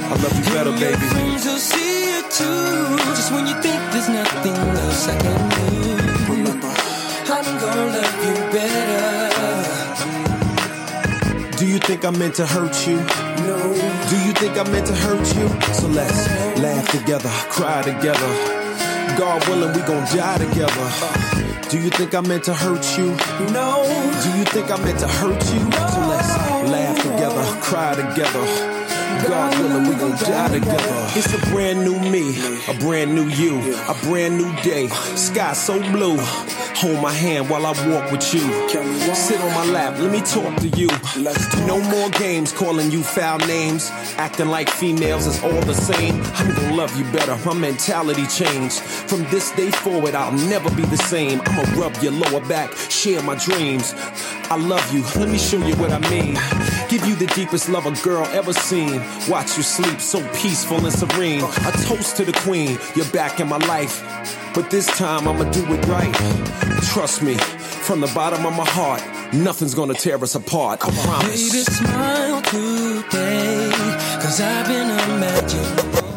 [SPEAKER 5] I love you better,
[SPEAKER 6] Your
[SPEAKER 5] baby.
[SPEAKER 6] friends will see it too. Just when you think there's nothing else I can do. I've been gonna love you better.
[SPEAKER 5] Do you think I meant to hurt you?
[SPEAKER 6] No,
[SPEAKER 5] Do you think I meant to hurt you? So let's laugh together, cry together. God willing, we gon' die together. Do you think I meant to hurt you?
[SPEAKER 6] no.
[SPEAKER 5] Do you think I meant to hurt you? So let's laugh together, cry together. God willing, we gon' die together. It's a brand new me, a brand new you, a brand new day. Sky so blue. Hold my hand while I walk with you. Sit on my lap, let me talk to you. No more games calling you foul names. Acting like females is all the same. I'm gonna love you better. My mentality changed. From this day forward, I'll never be the same. I'ma rub your lower back, share my dreams. I love you. Let me show you what I mean. Give you the deepest love a girl ever seen. Watch you sleep so peaceful and serene. A toast to the queen. You're back in my life. But this time I'ma do it right. Trust me, from the bottom of my heart, nothing's gonna tear us apart. I promise.
[SPEAKER 6] Baby, smile today, cause I've been imagining.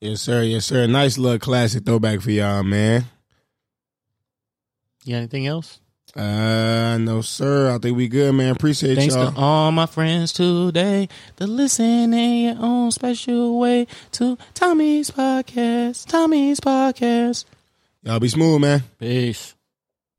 [SPEAKER 1] Yes, sir. Yes, sir. Nice little classic throwback for y'all, man.
[SPEAKER 2] You got anything else?
[SPEAKER 1] Uh, no, sir. I think we good, man. Appreciate
[SPEAKER 2] Thanks
[SPEAKER 1] y'all.
[SPEAKER 2] to all my friends today that listen in your own special way to Tommy's podcast. Tommy's podcast.
[SPEAKER 1] y'all be smooth, man.
[SPEAKER 2] Peace.